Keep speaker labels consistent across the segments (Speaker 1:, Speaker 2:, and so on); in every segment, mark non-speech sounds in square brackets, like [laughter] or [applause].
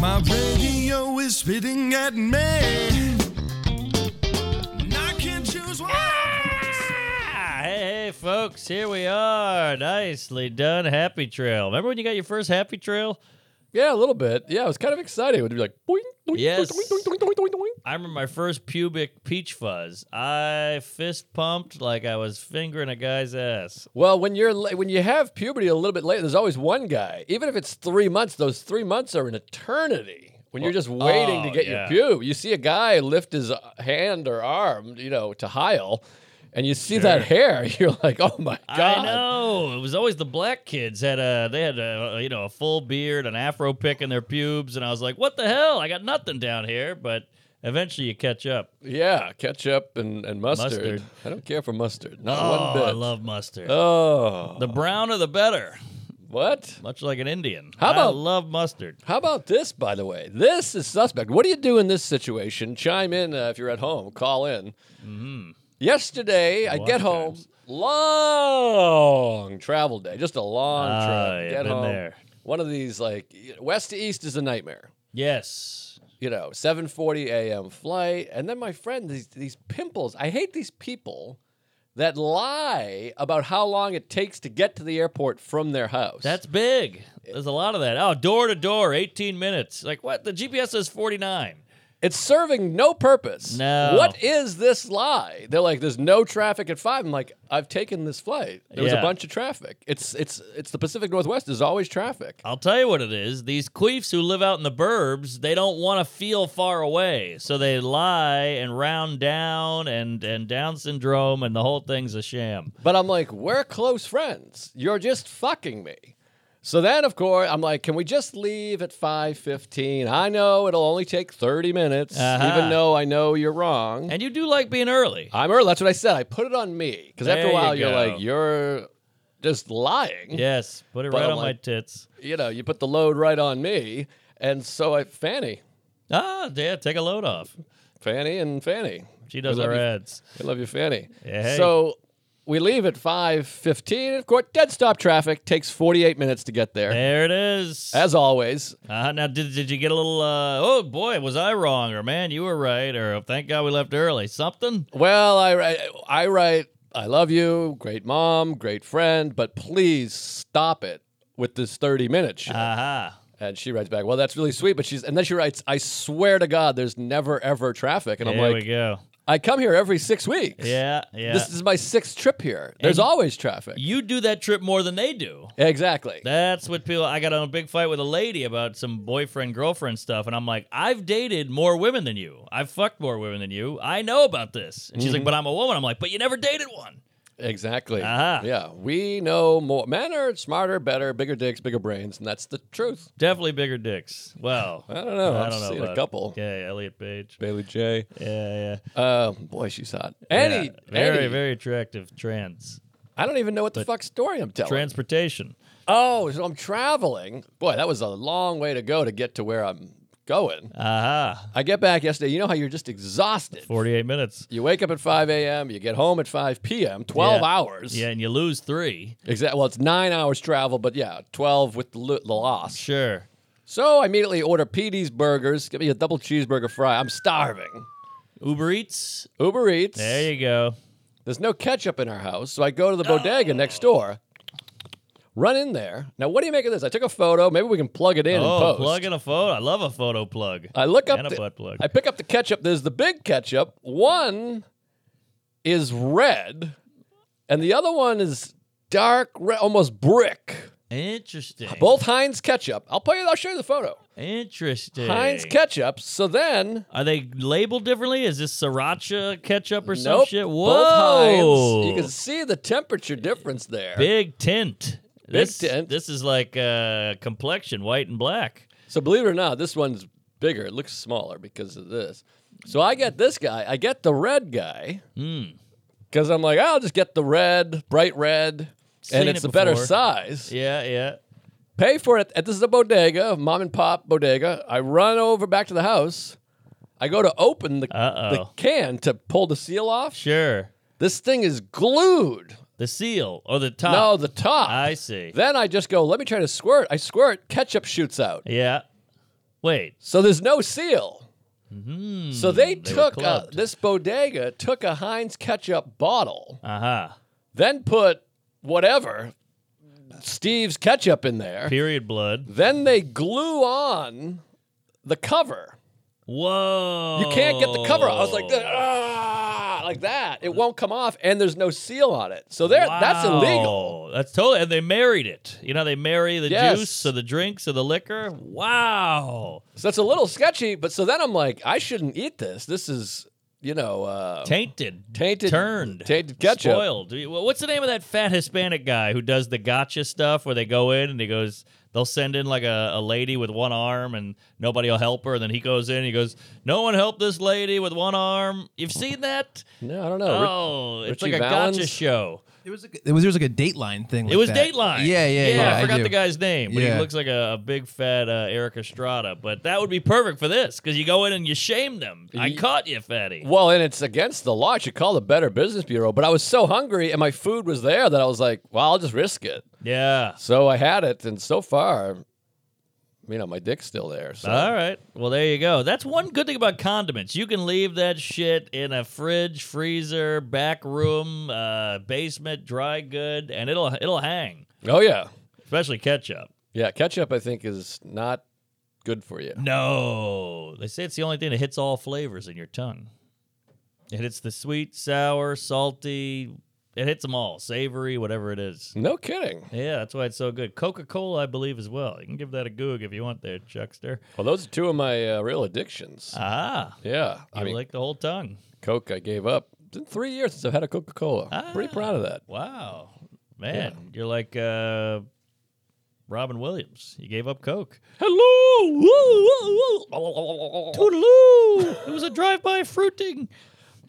Speaker 1: My radio is spitting at me. And I can choose one.
Speaker 2: Ah, Hey, hey, folks, here we are. Nicely done, Happy Trail. Remember when you got your first Happy Trail?
Speaker 3: Yeah, a little bit. Yeah, it was kind of exciting. It would be like, boing, boing,
Speaker 2: Yes.
Speaker 3: boing, boing, boing, boing, boing, boing.
Speaker 2: I remember my first pubic peach fuzz. I fist pumped like I was fingering a guy's ass.
Speaker 3: Well, when you're la- when you have puberty a little bit later, there's always one guy. Even if it's three months, those three months are an eternity. When you're just waiting to
Speaker 2: oh,
Speaker 3: get
Speaker 2: yeah.
Speaker 3: your pube, you see a guy lift his uh, hand or arm, you know, to heil, and you see that hair, [laughs] you're like, oh my god!
Speaker 2: I know. It was always the black kids had a they had a you know a full beard, an afro pick in their pubes, and I was like, what the hell? I got nothing down here. But eventually, you catch up.
Speaker 3: Yeah, ketchup and, and mustard.
Speaker 2: Mustard.
Speaker 3: I don't care for mustard, not
Speaker 2: Oh,
Speaker 3: one bit.
Speaker 2: I love mustard.
Speaker 3: oh,
Speaker 2: the browner, the better.
Speaker 3: what?
Speaker 2: Much like an Indian.
Speaker 3: How
Speaker 2: I
Speaker 3: about-
Speaker 2: love mustard?
Speaker 3: How about this, by the way? This is suspect. What do you do in this situation? Chime in uh, if you're at home. Call in. Yesterday, I
Speaker 2: Lots
Speaker 3: get
Speaker 2: Mm-hmm. of
Speaker 3: home.
Speaker 2: times.
Speaker 3: Long travel day. Just a long
Speaker 2: Ah,
Speaker 3: trip.
Speaker 2: yeah,
Speaker 3: get
Speaker 2: been
Speaker 3: home.
Speaker 2: there.
Speaker 3: One of these, like, y- west to east is a nightmare.
Speaker 2: Yes.
Speaker 3: You know, 7.40 a.m. flight. And then my friend, these, these pimples. I hate these people that lie about how long it takes to get to the airport from their house.
Speaker 2: That's big. There's a lot of that. Oh, door to door, 18 minutes. Like what? The GPS says 49.
Speaker 3: It's serving no purpose.
Speaker 2: No.
Speaker 3: What is this lie? They're like, there's no traffic at five. I'm like, I've taken this flight. There was a
Speaker 2: Yeah.
Speaker 3: bunch of traffic. It's it's it's the Pacific Northwest. There's always traffic.
Speaker 2: I'll tell you what it is. These queefs who live out in the burbs, they don't want to feel far away, so they lie and round down and and Down syndrome, and the whole thing's a sham.
Speaker 3: But I'm like, we're close friends. You're just fucking me. So then, of course, I'm like, can we just leave at 5:15? I know it'll only take 30 minutes,
Speaker 2: Uh-huh.
Speaker 3: even though I know you're wrong.
Speaker 2: And you do like being early.
Speaker 3: I'm early. That's what I said. I put it on me because after
Speaker 2: There
Speaker 3: a
Speaker 2: you
Speaker 3: while, you're
Speaker 2: go.
Speaker 3: like, you're just lying.
Speaker 2: Yes, put it
Speaker 3: But
Speaker 2: right
Speaker 3: I'm
Speaker 2: on my
Speaker 3: like-
Speaker 2: tits.
Speaker 3: you know, you put the load right on me. And so I, Fanny,
Speaker 2: Ah, yeah, take a load off.
Speaker 3: Fanny and Fanny.
Speaker 2: She does
Speaker 3: I love
Speaker 2: our
Speaker 3: you.
Speaker 2: ads.
Speaker 3: I love you, Fanny.
Speaker 2: Hey.
Speaker 3: So we leave at 5.15. Of course, dead stop traffic takes 48 minutes to get there.
Speaker 2: There it is.
Speaker 3: As always,
Speaker 2: Uh, now, did, did you get a little? Uh, oh boy, was I wrong? Or man, you were right? Or thank God we left early.
Speaker 3: [laughs]
Speaker 2: Something.
Speaker 3: well, I write, I write, I love you, great mom, great friend, but please stop it with this 30 minute shit.
Speaker 2: Aha.
Speaker 3: and she writes back, well, that's really sweet, but she's, and then she writes, I swear to God, there's never ever traffic. And
Speaker 2: There
Speaker 3: I'm
Speaker 2: we
Speaker 3: like,
Speaker 2: go.
Speaker 3: I come here every six weeks.
Speaker 2: Yeah,
Speaker 3: [laughs]
Speaker 2: yeah.
Speaker 3: This is my sixth trip here. There's
Speaker 2: And-
Speaker 3: always traffic.
Speaker 2: you do that trip more than they do.
Speaker 3: Exactly.
Speaker 2: That's what people. I got on a big fight with a lady about some boyfriend girlfriend stuff, and I'm like, I've dated more women than you. I've fucked more women than you. I know about this. And she's
Speaker 3: Mm-hmm.
Speaker 2: like, But I'm a woman. I'm like, But you never dated one.
Speaker 3: Exactly.
Speaker 2: Aha.
Speaker 3: Yeah. We know more. Men are smarter, better, bigger dicks, bigger brains, and that's the truth.
Speaker 2: Definitely bigger dicks.
Speaker 3: [laughs]
Speaker 2: Well,
Speaker 3: I don't know.
Speaker 2: I
Speaker 3: I've
Speaker 2: don't know.
Speaker 3: seen
Speaker 2: about-
Speaker 3: a couple.
Speaker 2: Yeah,
Speaker 3: [laughs]
Speaker 2: Elliot Page.
Speaker 3: Bailey J.
Speaker 2: Yeah, yeah.
Speaker 3: Uh, boy, she's hot. Any,
Speaker 2: Yeah, very,
Speaker 3: any-
Speaker 2: very attractive trans
Speaker 3: I don't even know what the fuck story I'm telling.
Speaker 2: transportation.
Speaker 3: oh, so I'm traveling. Boy, that was a long way to go to get to where I'm going.
Speaker 2: Uh-huh. Aha,
Speaker 3: I get back yesterday. You know how you're just exhausted.
Speaker 2: forty-eight minutes.
Speaker 3: You wake up at 5 a.m. You get home at 5 p.m. 12
Speaker 2: Yeah.
Speaker 3: hours.
Speaker 2: Yeah, and you lose three.
Speaker 3: Exactly. Well, it's nine hours travel, but yeah, 12 with the, lo- the loss.
Speaker 2: Sure.
Speaker 3: So I immediately order PD's burgers. Give me a double cheeseburger fry. I'm starving.
Speaker 2: Uber Eats.
Speaker 3: Uber Eats.
Speaker 2: There you go.
Speaker 3: There's no ketchup in our house, so I go to the bodega next door. Run in there. Now, what do you make of this? I took a photo. Maybe we can plug it in and
Speaker 2: Oh,
Speaker 3: post.
Speaker 2: plug in a photo. I love a photo plug.
Speaker 3: I look up.
Speaker 2: and a
Speaker 3: the-
Speaker 2: butt plug.
Speaker 3: I pick up the ketchup. There's the big ketchup. One is red, and the other one is dark red, almost brick.
Speaker 2: Interesting.
Speaker 3: Both Heinz ketchup. I'll put you. I'll show you the photo.
Speaker 2: Interesting.
Speaker 3: Heinz ketchup. So then
Speaker 2: Are they labeled differently? Is this sriracha ketchup or some
Speaker 3: Nope.
Speaker 2: shit?
Speaker 3: Both
Speaker 2: Whoa.
Speaker 3: Heinz. You can see the temperature difference there.
Speaker 2: Big tint.
Speaker 3: Big
Speaker 2: this,
Speaker 3: tint.
Speaker 2: This is like uh, complexion, white and black.
Speaker 3: So believe it or not, this one's bigger. It looks smaller because of this. So I get this guy. I get the red guy
Speaker 2: Hmm.
Speaker 3: because I'm like, I'll just get the red, bright red,
Speaker 2: Seen
Speaker 3: and it's
Speaker 2: it
Speaker 3: a better
Speaker 2: before.
Speaker 3: size.
Speaker 2: Yeah, yeah.
Speaker 3: Pay for it. And this is a bodega, mom and pop bodega. I run over back to the house. I go to open the,
Speaker 2: Uh-oh.
Speaker 3: the can to pull the seal off.
Speaker 2: Sure.
Speaker 3: This thing is glued.
Speaker 2: The seal or the top.
Speaker 3: No, the top.
Speaker 2: I see.
Speaker 3: Then I just go, let me try to squirt. I squirt, ketchup shoots out.
Speaker 2: yeah. Wait.
Speaker 3: So there's no seal. so they,
Speaker 2: Mm-hmm. were
Speaker 3: took a,
Speaker 2: clubbed.
Speaker 3: this bodega took a Heinz ketchup bottle,
Speaker 2: Uh huh.
Speaker 3: then put whatever Steve's ketchup in there.
Speaker 2: Period blood.
Speaker 3: Then they glue on the cover.
Speaker 2: Whoa.
Speaker 3: You can't get the cover. off. I was like,
Speaker 2: Oh.
Speaker 3: ah, like that. It won't come off, and there's no seal on it. So there, that's illegal.
Speaker 2: Wow. That's totally. And they married it. You know, they marry the
Speaker 3: Yes.
Speaker 2: juice or the drinks or the liquor. Wow.
Speaker 3: So it's a little sketchy, but so then I'm like, I shouldn't eat this. This is, you know, uh,
Speaker 2: Tainted.
Speaker 3: tainted,
Speaker 2: Turned.
Speaker 3: tainted ketchup.
Speaker 2: Spoiled. Do you- well, What's the name of that fat Hispanic guy who does the gotcha stuff where they go in and he goes, they'll send in like a, a lady with one arm and nobody will help her. And then he goes in and he goes, No one helped this lady with one arm. You've seen that?
Speaker 3: No, I don't know. Rick-
Speaker 2: Oh, it's
Speaker 3: Richie
Speaker 2: like a gotcha
Speaker 3: Valens?
Speaker 2: show.
Speaker 4: There was like, there was, there was like a Dateline thing. Like
Speaker 2: It was
Speaker 4: that.
Speaker 2: Dateline.
Speaker 4: Yeah, yeah, yeah.
Speaker 2: I forgot
Speaker 4: do.
Speaker 2: the guy's name, but he
Speaker 4: Yeah.
Speaker 2: looks like a, a big fat uh, Eric Estrada. But that would be perfect for this because you go in and you shame them. I
Speaker 3: Ye-
Speaker 2: caught you, fatty.
Speaker 3: Well, and it's against the law. I should call the Better Business Bureau. But I was so hungry, and my food was there that I was like, well, I'll just risk it.
Speaker 2: Yeah.
Speaker 3: So I had it, and so far, you know, my dick's still there. So.
Speaker 2: All right. Well, there you go. That's one good thing about condiments. You can leave that shit in a fridge, freezer, back room, uh, basement, dry good, and it'll it'll hang.
Speaker 3: Oh yeah,
Speaker 2: Especially ketchup.
Speaker 3: yeah. Ketchup, I think, is not good for you.
Speaker 2: No, they say it's the only thing that hits all flavors in your tongue. It hits the sweet, sour, salty. It hits them all, savory, whatever it is.
Speaker 3: [laughs] No kidding.
Speaker 2: Yeah, that's why it's so good. Coca Cola, I believe, as well. You can give that a goog if you want, there, Chuckster.
Speaker 3: Well, those are two of my uh, real addictions.
Speaker 2: Ah,
Speaker 3: yeah,
Speaker 2: you
Speaker 3: I mean,
Speaker 2: lick the whole tongue.
Speaker 3: Coke, I gave up. It's been three years since I've had a Coca Cola.
Speaker 2: Ah.
Speaker 3: Pretty proud of that.
Speaker 2: Wow, man, you're like uh, Robin Williams. You gave up Coke.
Speaker 3: Hello.
Speaker 2: Toodaloo! it was a drive-by fruiting.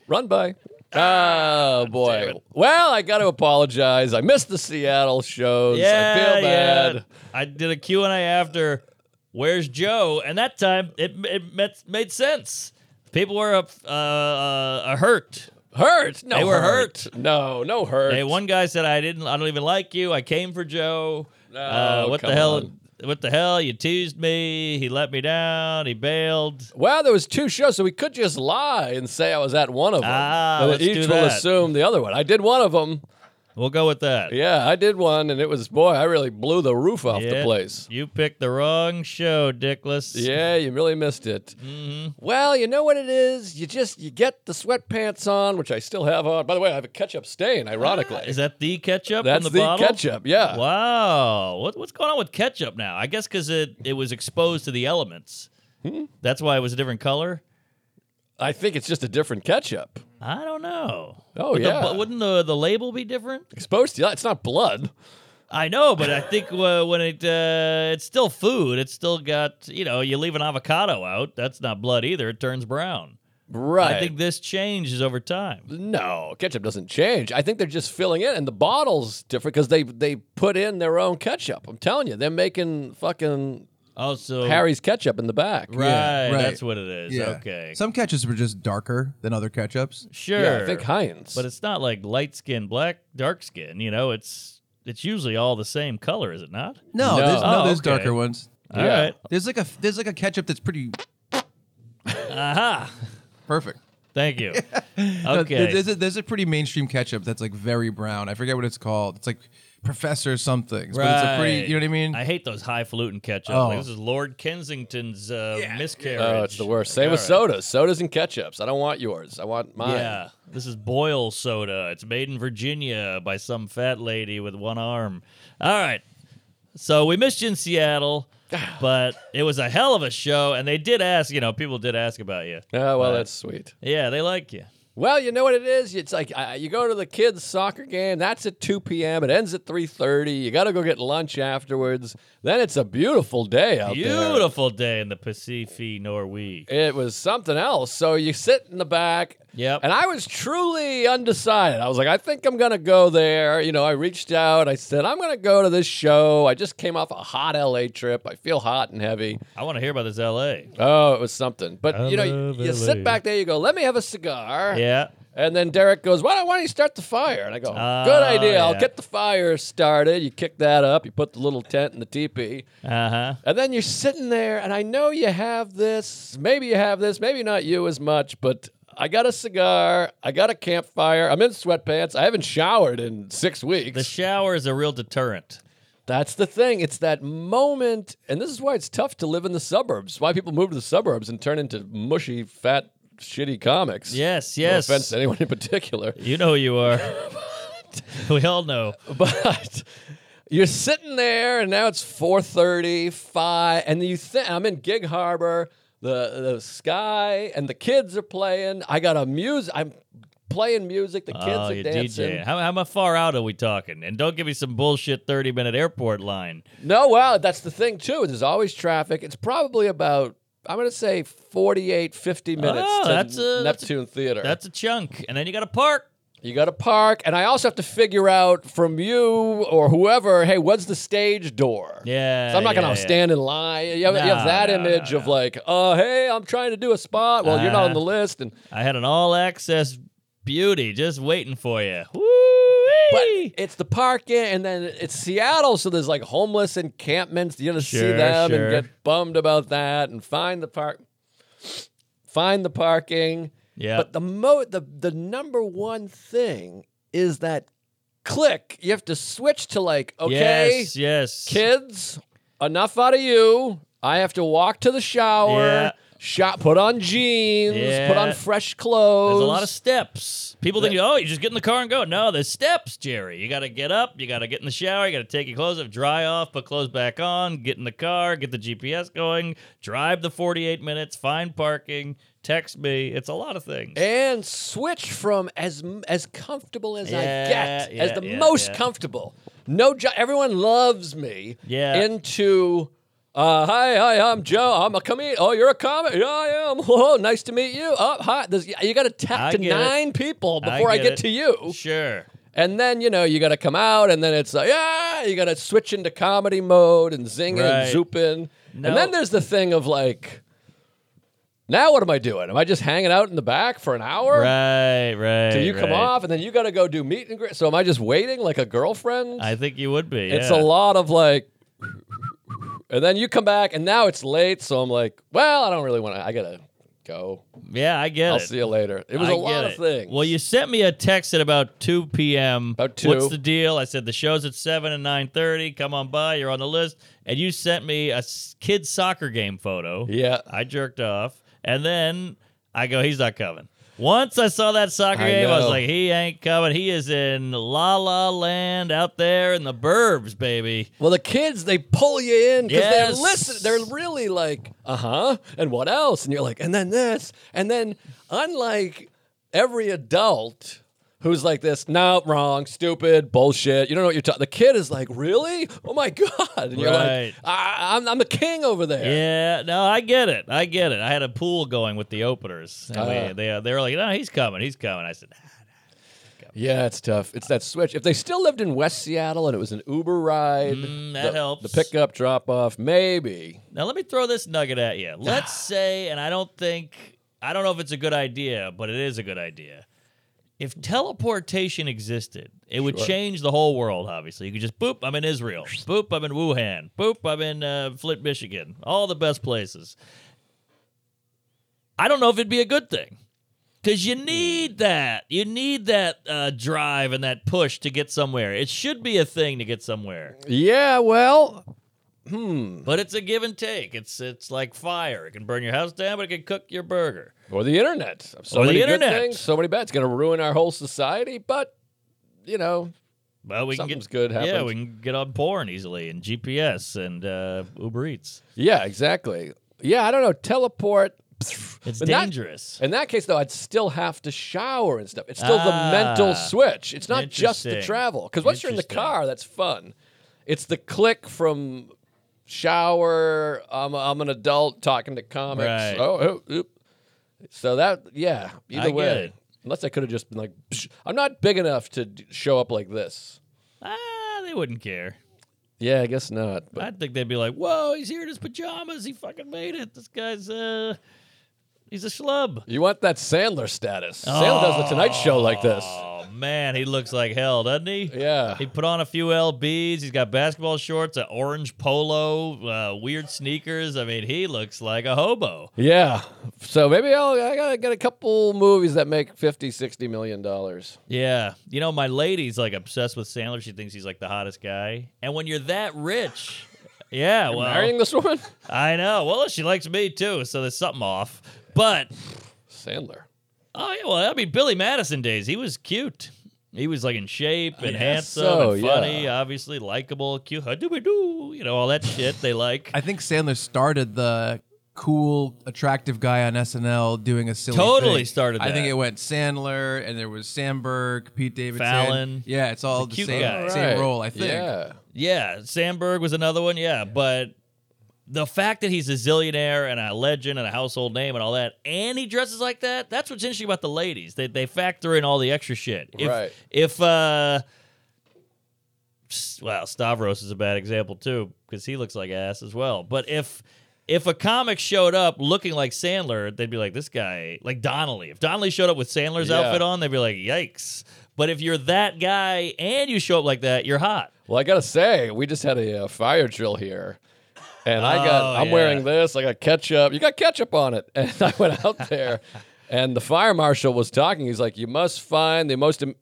Speaker 3: Run by.
Speaker 2: Ah,
Speaker 3: Oh boy. Well, I got to apologize. I missed the Seattle shows.
Speaker 2: Yeah,
Speaker 3: I feel bad.
Speaker 2: yeah. I did a Q and A after. Where's Joe? And that time it it met, made sense. People were uh, uh, hurt.
Speaker 3: Hurt? No,
Speaker 2: They were
Speaker 3: No, no hurt.
Speaker 2: Hey, one guy said, "I didn't. I don't even like you. I came for Joe. uh,
Speaker 3: Oh,
Speaker 2: what the
Speaker 3: come
Speaker 2: hell?
Speaker 3: on.
Speaker 2: What the hell? You teased me. He let me down. He bailed.
Speaker 3: Well, there was two shows, so we could just lie and say I was at one of them.
Speaker 2: Ah,
Speaker 3: and
Speaker 2: let's
Speaker 3: each
Speaker 2: do
Speaker 3: will
Speaker 2: that.
Speaker 3: assume the other one. I did one of them.
Speaker 2: We'll go with that.
Speaker 3: Yeah, I did one, and it was boy, I really blew the roof off the
Speaker 2: Yeah,
Speaker 3: place.
Speaker 2: You picked the wrong show, Dickless.
Speaker 3: Yeah, you really missed it.
Speaker 2: Mm-hmm.
Speaker 3: Well, you know what it is. You just you get the sweatpants on, which I still have on. By the way, I have a ketchup stain. Ironically,
Speaker 2: Ah, Is that the ketchup
Speaker 3: that's
Speaker 2: in the, bottle?
Speaker 3: ketchup. Yeah.
Speaker 2: Wow. What, what's going on with ketchup now? I guess because it, it was exposed to the elements.
Speaker 3: Hmm.
Speaker 2: That's why it was a different color.
Speaker 3: I think it's just a different ketchup.
Speaker 2: I don't know.
Speaker 3: Oh,
Speaker 2: Would the-
Speaker 3: yeah.
Speaker 2: wouldn't the, the label be different?
Speaker 3: Exposed to it's not blood.
Speaker 2: I know, but I think uh, when it uh, it's still food, it's still got you know you leave an avocado out, that's not blood either. It turns brown.
Speaker 3: Right.
Speaker 2: I think this changes over time.
Speaker 3: no, ketchup doesn't change. I think they're just filling in, and the bottle's different because they they put in their own ketchup. I'm telling you, they're making fucking
Speaker 2: Also,
Speaker 3: Harry's ketchup in the back.
Speaker 2: right,
Speaker 4: Yeah, right.
Speaker 2: that's what it is.
Speaker 4: Yeah.
Speaker 2: Okay,
Speaker 4: Some ketchups were just darker than other ketchups.
Speaker 2: sure.
Speaker 3: Yeah, I think Heinz.
Speaker 2: But it's not like light skin, black, dark skin. You know, it's it's usually all the same color, is it not?
Speaker 4: No,
Speaker 3: No.
Speaker 4: there's, no,
Speaker 2: Oh,
Speaker 4: there's
Speaker 2: okay.
Speaker 4: darker ones.
Speaker 2: All
Speaker 3: Yeah.
Speaker 2: right.
Speaker 4: There's like a there's like a ketchup that's pretty
Speaker 2: Aha.
Speaker 4: perfect.
Speaker 2: Thank
Speaker 3: [laughs]
Speaker 2: you.
Speaker 4: [laughs] No,
Speaker 2: Okay.
Speaker 4: There's a, there's a pretty mainstream ketchup that's like very brown. I forget what it's called. It's like Professor something. But it's a pretty, you know what I mean?
Speaker 2: I hate those highfalutin ketchup.
Speaker 4: Oh.
Speaker 2: Like, this is Lord Kensington's uh, miscarriage.
Speaker 3: Oh, it's the worst. Same
Speaker 2: All
Speaker 3: with
Speaker 2: right.
Speaker 3: sodas. Sodas and ketchups. I don't want yours. I want mine.
Speaker 2: Yeah, this is Boyle soda. It's made in Virginia by some fat lady with one arm. All right, so we missed you
Speaker 3: [sighs]
Speaker 2: in Seattle, but it was a hell of a show, and they did ask. You know, people did ask about you.
Speaker 3: Oh, well, that's sweet.
Speaker 2: Yeah, they like you.
Speaker 3: Well, you know what it is. It's like uh, you go to the kids' soccer game. That's at 2 p.m. It ends at 3:30. You got to go get lunch afterwards. Then it's a beautiful day out there.
Speaker 2: Beautiful day in the Pacific Norway.
Speaker 3: It was something else. So you sit in the back.
Speaker 2: Yep.
Speaker 3: And I was truly undecided. I was like, I think I'm going to go there. You know, I reached out. I said, I'm going to go to this show. I just came off a hot LA trip. I feel hot and heavy.
Speaker 2: I want to hear about this L.A.
Speaker 3: Oh, it was something. But,
Speaker 2: I
Speaker 3: you know, you,
Speaker 2: love
Speaker 3: you
Speaker 2: LA.
Speaker 3: sit back there, you go, let me have a cigar.
Speaker 2: Yeah.
Speaker 3: And then Derek goes, why don't, why don't you start the fire? And I go,
Speaker 2: Ah,
Speaker 3: good idea.
Speaker 2: yeah.
Speaker 3: I'll get the fire started. You kick that up. You put the little tent in the teepee.
Speaker 2: Uh huh.
Speaker 3: And then you're sitting there, and I know you have this. Maybe you have this. Maybe not you as much, but I got a cigar. I got a campfire. I'm in sweatpants. I haven't showered in six
Speaker 2: The
Speaker 3: weeks.
Speaker 2: shower is a real deterrent.
Speaker 3: That's the thing. It's that moment. And this is why it's tough to live in the suburbs, why people move to the suburbs and turn into mushy, fat, shitty comics.
Speaker 2: Yes.
Speaker 3: No
Speaker 2: Yes.
Speaker 3: offense to anyone in particular.
Speaker 2: you know who
Speaker 3: [laughs]
Speaker 2: you are. we all know.
Speaker 3: but you're sitting there and now it's 4.30 5 and you think i'm in gig harbor the, the sky and the kids are playing i got a music i'm playing music the kids
Speaker 2: oh,
Speaker 3: are
Speaker 2: you
Speaker 3: dancing
Speaker 2: DJ. How, how far out are we talking? And don't give me some bullshit thirty-minute airport line.
Speaker 3: no well that's the thing too there's always traffic it's probably about i'm going to say 48 50 minutes
Speaker 2: Oh,
Speaker 3: to
Speaker 2: that's a- that's a-
Speaker 3: neptune theater
Speaker 2: That's a chunk, and then you got to park.
Speaker 3: You got to park, and I also have to figure out from you or whoever, hey, what's the stage door?
Speaker 2: Yeah,
Speaker 3: So I'm not
Speaker 2: Uh, yeah,
Speaker 3: going to
Speaker 2: yeah.
Speaker 3: stand in line. You have, you have
Speaker 2: No,
Speaker 3: that
Speaker 2: no,
Speaker 3: image
Speaker 2: no, Uh-huh.
Speaker 3: of like, oh, hey, I'm trying to do a spot. Well, you're not on the list, and
Speaker 2: I had an all-access beauty just waiting for you.
Speaker 3: but
Speaker 2: Woo!
Speaker 3: it's the parking, and then it's Seattle, so there's like homeless encampments. You're going to see
Speaker 2: Sure,
Speaker 3: them
Speaker 2: sure.
Speaker 3: and get bummed about that, and find the park, find the parking.
Speaker 2: Yeah.
Speaker 3: But the mo the the number one thing is that click. You have to switch to like, okay,
Speaker 2: Yes. Yes.
Speaker 3: kids, enough out of you. I have to walk to the shower.
Speaker 2: Yeah.
Speaker 3: Shop, put on jeans, put
Speaker 2: Yeah.
Speaker 3: on fresh clothes.
Speaker 2: There's a lot of steps. People think, oh, you just get in the car and go. No, there's steps, Jerry. You got to get up. You got to get in the shower. You got to take your clothes off, dry off, put clothes back on, get in the car, get the GPS going, drive the 48 minutes, find parking, text me. It's a lot of things.
Speaker 3: and switch from as as comfortable as
Speaker 2: Yeah,
Speaker 3: I get,
Speaker 2: yeah,
Speaker 3: as the
Speaker 2: yeah,
Speaker 3: most
Speaker 2: yeah.
Speaker 3: comfortable. No, jo- everyone loves me.
Speaker 2: Yeah.
Speaker 3: Into. Uh, hi, hi, I'm Joe. I'm a comedian. Oh, you're a comic. Yeah, I am. [laughs] Oh, nice to meet you. Oh, hi. There's, you got to
Speaker 2: I
Speaker 3: tap to
Speaker 2: get it.
Speaker 3: nine people before I get,
Speaker 2: get it.
Speaker 3: to you.
Speaker 2: Sure.
Speaker 3: And then, you know, you got to come out, and then it's like, yeah, you got to switch into comedy mode and zinging
Speaker 2: Right.
Speaker 3: and zooping.
Speaker 2: No.
Speaker 3: And then there's the thing of like, now what am I doing? Am I just hanging out in the back for an hour?
Speaker 2: Right, right.
Speaker 3: So you come
Speaker 2: right.
Speaker 3: off, and then you got to go do meet and greet. So am I just waiting like a girlfriend?
Speaker 2: I think you would be.
Speaker 3: It's a
Speaker 2: yeah.
Speaker 3: lot of like, and then you come back, and now it's late. So I'm like, well, I don't really want to. I gotta go.
Speaker 2: Yeah, I get
Speaker 3: I'll
Speaker 2: it.
Speaker 3: see you later. It was
Speaker 2: I
Speaker 3: a
Speaker 2: get
Speaker 3: lot of
Speaker 2: it.
Speaker 3: things.
Speaker 2: Well, you sent me a text at about 2 p.m.
Speaker 3: About
Speaker 2: What's
Speaker 3: 2.
Speaker 2: the deal? I said the show's at 7 and 9:30. Come on by. You're on the list. And you sent me a s- kids soccer game photo.
Speaker 3: yeah.
Speaker 2: I jerked off, and then I go, he's not coming. Once I saw that soccer
Speaker 3: I
Speaker 2: game, I was
Speaker 3: know.
Speaker 2: like, he ain't coming. He is in La La Land out there in the burbs, baby.
Speaker 3: Well, the kids they pull you in because
Speaker 2: Yes.
Speaker 3: they're listening. They're really like, uh huh. And what else? And you're like, and then this, and then unlike every adult who's like this, no, wrong, stupid, bullshit. You don't know what you're talking. The kid is like, really? Oh my [laughs] god! And you're
Speaker 2: Right.
Speaker 3: like, I- I'm I'm the king over there.
Speaker 2: Yeah, no, I get it. I get it. I had a pool going with the openers, and
Speaker 3: Ah.
Speaker 2: we, they they were like, no, he's coming. He's coming. I said,
Speaker 3: Yeah, it's tough. It's that switch. If they still lived in West Seattle and it was an Uber ride,
Speaker 2: Mm,
Speaker 3: the,
Speaker 2: that helps.
Speaker 3: The pickup drop off, maybe.
Speaker 2: Now let me throw this nugget at you. Let's say, and I don't think I don't know if it's a good idea, but it is a good idea. If teleportation existed, it would change the whole world. Obviously, you could just boop. I'm in Israel. Boop. I'm in Wuhan. Boop. I'm in uh, Flint, Michigan. All the best places. I don't know if it'd be a good thing. Because you need that. You need that uh, drive and that push to get somewhere. It should be a thing to get somewhere.
Speaker 3: Yeah, well,
Speaker 2: But it's a give and take. It's it's like fire. It can burn your house down, but it can cook your burger.
Speaker 3: Or the internet. So
Speaker 2: Or the
Speaker 3: many good
Speaker 2: internet.
Speaker 3: things, so many bad. It's going to ruin our whole society, but, you know,
Speaker 2: Well, we can
Speaker 3: Something's
Speaker 2: get
Speaker 3: good
Speaker 2: Yeah,
Speaker 3: happens.
Speaker 2: we can get on porn easily and GPS and uh, Uber Eats.
Speaker 3: yeah, exactly. Yeah, I don't know. Teleport. pfft,
Speaker 2: It's
Speaker 3: In that-
Speaker 2: dangerous.
Speaker 3: in that case, though, I'd still have to shower and stuff. It's still the mental
Speaker 2: Ah.
Speaker 3: switch. It's not just the
Speaker 2: Interesting.
Speaker 3: travel. Because once you're in the
Speaker 2: Interesting.
Speaker 3: car, that's fun. It's the click from shower. I'm, I'm an adult talking to comics.
Speaker 2: Right.
Speaker 3: Oh, oh, oop. so that yeah. Either
Speaker 2: I get
Speaker 3: way,
Speaker 2: it.
Speaker 3: unless I could have just been like, "Psh, I'm not big enough to d- show up like this.
Speaker 2: Ah, they wouldn't care.
Speaker 3: Yeah, I guess not. But
Speaker 2: I think they'd be like, "Whoa, he's here in his pajamas. He fucking made it. This guy's uh, he's a schlub."
Speaker 3: you want that Sandler status? Sandler does the Tonight Show like this.
Speaker 2: Oh man, he looks like hell, doesn't he?
Speaker 3: Yeah.
Speaker 2: He put on a few lbs. He's got basketball shorts, an orange polo, uh, weird sneakers. I mean, he looks like a hobo.
Speaker 3: Yeah. So maybe I'll I gotta get a couple movies that make 50, 60 million dollars.
Speaker 2: Yeah, you know, my lady's like obsessed with Sandler. She thinks he's like the hottest guy. And when you're that rich,
Speaker 3: [laughs]
Speaker 2: yeah, well,
Speaker 3: Marrying this woman? [laughs]
Speaker 2: I know. Well, she likes me too, so there's something off. But
Speaker 3: Sandler.
Speaker 2: oh yeah, well, I mean, Billy Madison days, he was cute. He was like in shape and
Speaker 3: guess
Speaker 2: handsome
Speaker 3: so,
Speaker 2: and
Speaker 3: yeah.
Speaker 2: funny, obviously likable, cute. How do we do? You know all that shit they like.
Speaker 4: I think Sandler started the cool, attractive guy on SNL doing a silly.
Speaker 2: Totally
Speaker 4: thing.
Speaker 2: started
Speaker 4: I think
Speaker 2: that.
Speaker 4: it went Sandler, and there was Sandberg, Pete Davidson,
Speaker 2: Fallon.
Speaker 4: Yeah, it's all
Speaker 2: The
Speaker 4: the
Speaker 2: cute
Speaker 4: same,
Speaker 2: guy.
Speaker 3: Right.
Speaker 4: same role. I think.
Speaker 3: Yeah.
Speaker 2: Yeah, Sandberg was another one. Yeah, but the fact that he's a zillionaire and a legend and a household name and all that, and he dresses like that—that's what's interesting about the ladies. They they factor in all the extra shit. If,
Speaker 3: Right.
Speaker 2: If uh, s- well, Stavros is a bad example too because he looks like ass as well. But if if a comic showed up looking like Sandler, they'd be like, "This guy." Like Donnelly. If Donnelly showed up with Sandler's
Speaker 3: Yeah.
Speaker 2: outfit on, they'd be like, "Yikes." But if you're that guy and you show up like that, you're hot.
Speaker 3: Well, I gotta say, we just had a uh, fire drill here. And I got,
Speaker 2: Oh,
Speaker 3: I'm
Speaker 2: yeah.
Speaker 3: wearing this. I got ketchup. You got ketchup on it. [laughs] And I went out there, and the fire marshal was talking. He's like, "You must find the most im-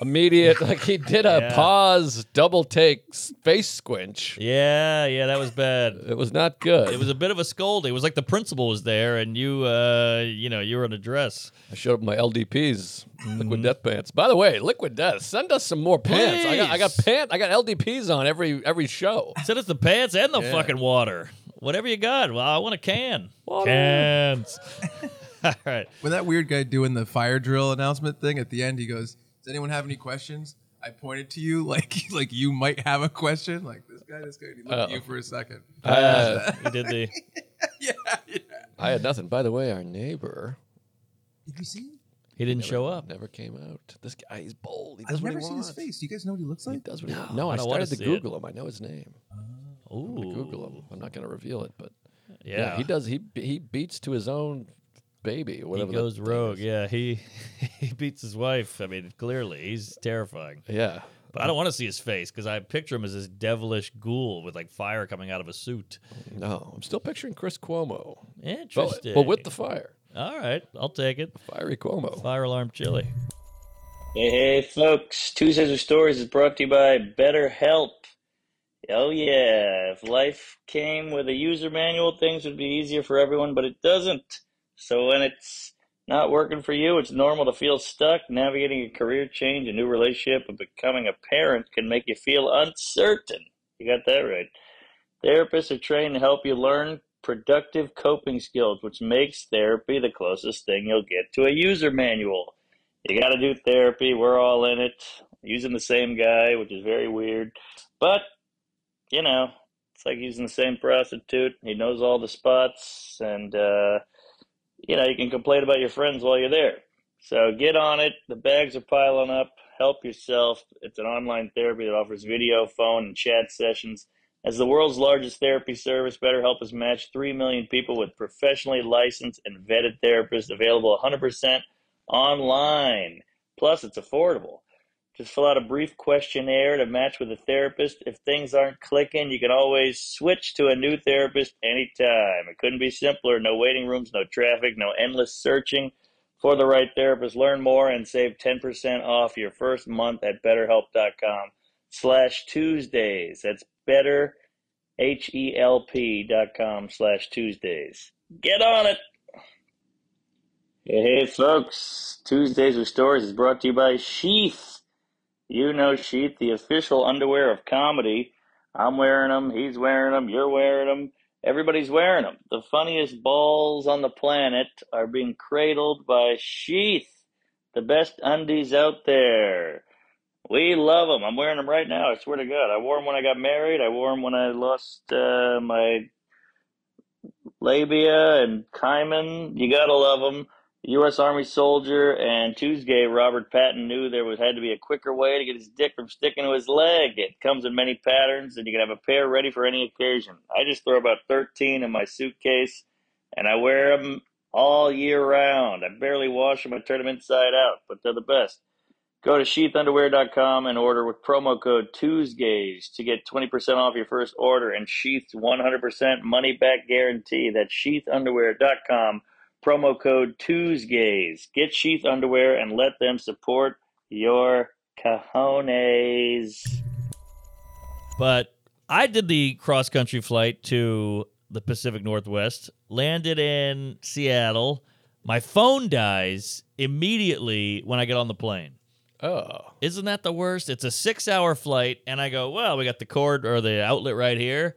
Speaker 3: immediate." [laughs] Like he did a
Speaker 2: Yeah.
Speaker 3: pause, double take, s- face squinch.
Speaker 2: Yeah, yeah, that was bad.
Speaker 3: It was not good.
Speaker 2: It was a bit of a scolding. It was like the principal was there, and you, uh, you know, you were in a dress.
Speaker 3: I showed up my LDPs,
Speaker 2: Mm-hmm.
Speaker 3: liquid death pants. By the way, liquid death, send us some more pants. I got, I got
Speaker 2: Please.
Speaker 3: pant, I got LDPs on every every show.
Speaker 2: Send us the pants and the fucking water, whatever you got. Well, I want a can.
Speaker 3: Water.
Speaker 2: Cans. All right.
Speaker 4: When that weird guy doing the fire drill announcement thing at the end, he goes, "Does anyone have any questions?" I pointed to you, [laughs] like like you might have a question. Like this guy, this guy, and he looked at you for
Speaker 3: [laughs]
Speaker 4: a second.
Speaker 3: Uh,
Speaker 2: You did the.
Speaker 3: I had nothing. By the way, our neighbor
Speaker 4: Did you see him?
Speaker 2: He didn't show up.
Speaker 3: never came out. This guy, he's bold. He does
Speaker 4: I've
Speaker 3: what
Speaker 4: never
Speaker 3: he
Speaker 4: seen
Speaker 3: wants.
Speaker 4: his face. You guys know what he looks
Speaker 3: He
Speaker 4: like?
Speaker 3: does what he wants. No, I,
Speaker 2: don't wanna
Speaker 3: started to
Speaker 2: see it.
Speaker 3: Google him. I know his name.
Speaker 2: Ooh.
Speaker 3: Google him. I'm not going to reveal it, but
Speaker 2: Yeah.
Speaker 3: yeah. he does. He he beats to his own baby. or
Speaker 2: He
Speaker 3: Whatever that
Speaker 2: goes
Speaker 3: thing
Speaker 2: rogue.
Speaker 3: is.
Speaker 2: Yeah. He [laughs] he beats his wife. I mean, clearly he's terrifying.
Speaker 3: Yeah.
Speaker 2: But I don't want to see his face because I picture him as this devilish ghoul with like fire coming out of a suit.
Speaker 3: No, I'm still picturing Chris Cuomo, but,
Speaker 2: Interesting.
Speaker 3: but with the fire,
Speaker 2: All right, I'll take it.
Speaker 3: fiery Cuomo.
Speaker 2: Fire alarm chili.
Speaker 5: Hey, hey, folks. Two Scissor Stories is brought to you by BetterHelp. Oh, yeah. If life came with a user manual, things would be easier for everyone, but it doesn't. So when it's not working for you, it's normal to feel stuck. Navigating a career change, a new relationship, and becoming a parent can make you feel uncertain. You got that right. Therapists are trained to help you learn productive coping skills, which makes therapy the closest thing you'll get to a user manual you got to do therapy. We're all in it, using the same guy, which is very weird. But, you know, it's like using the same prostitute. He knows all the spots, and, uh, you know, you can complain about your friends while you're there. So get on it. The bags are piling up. Help yourself. It's an online therapy that offers video, phone, and chat sessions. As the world's largest therapy service, BetterHelp has matched 3 million people with professionally licensed and vetted therapists available 100% online. Plus, it's affordable. Just fill out a brief questionnaire to match with a therapist. If things aren't clicking, you can always switch to a new therapist anytime. It couldn't be simpler. No waiting rooms, no traffic, no endless searching for the right therapist. Learn more and save 10% off your first month at betterhelp.com slash Tuesdays. That's better, H-E-L-P dot com slash Tuesdays. Get on it. Hey, hey, folks. Tuesdays with Stories is brought to you by Sheath. You know Sheath, the official underwear of comedy. I'm wearing them, he's wearing them, you're wearing them. Everybody's wearing them. The funniest balls on the planet are being cradled by Sheath, the best undies out there. We love them. I'm wearing them right now. I swear to God. I wore them when I got married. I wore them when I lost uh, my labia and hymen. You gotta love them. U.S. Army soldier and Tuesday, Robert Patton knew there was had to be a quicker way to get his dick from sticking to his leg. It comes in many patterns, and you can have a pair ready for any occasion. I just throw about 13 in my suitcase, and I wear them all year round. I barely wash them. I turn them inside out, but they're the best. Go to sheathunderwear.com and order with promo code Tuesdays to get 20% off your first order and Sheath's 100% money back guarantee. That's sheathunderwear.com, promo code Tuesdays. Get Sheath Underwear and let them support your cojones.
Speaker 2: But I did the cross country flight to the Pacific Northwest, landed in Seattle. My phone dies immediately when I get on the plane.
Speaker 3: Oh.
Speaker 2: Isn't that the worst? It's a six hour flight, and I go, well, we got the cord or the outlet right here.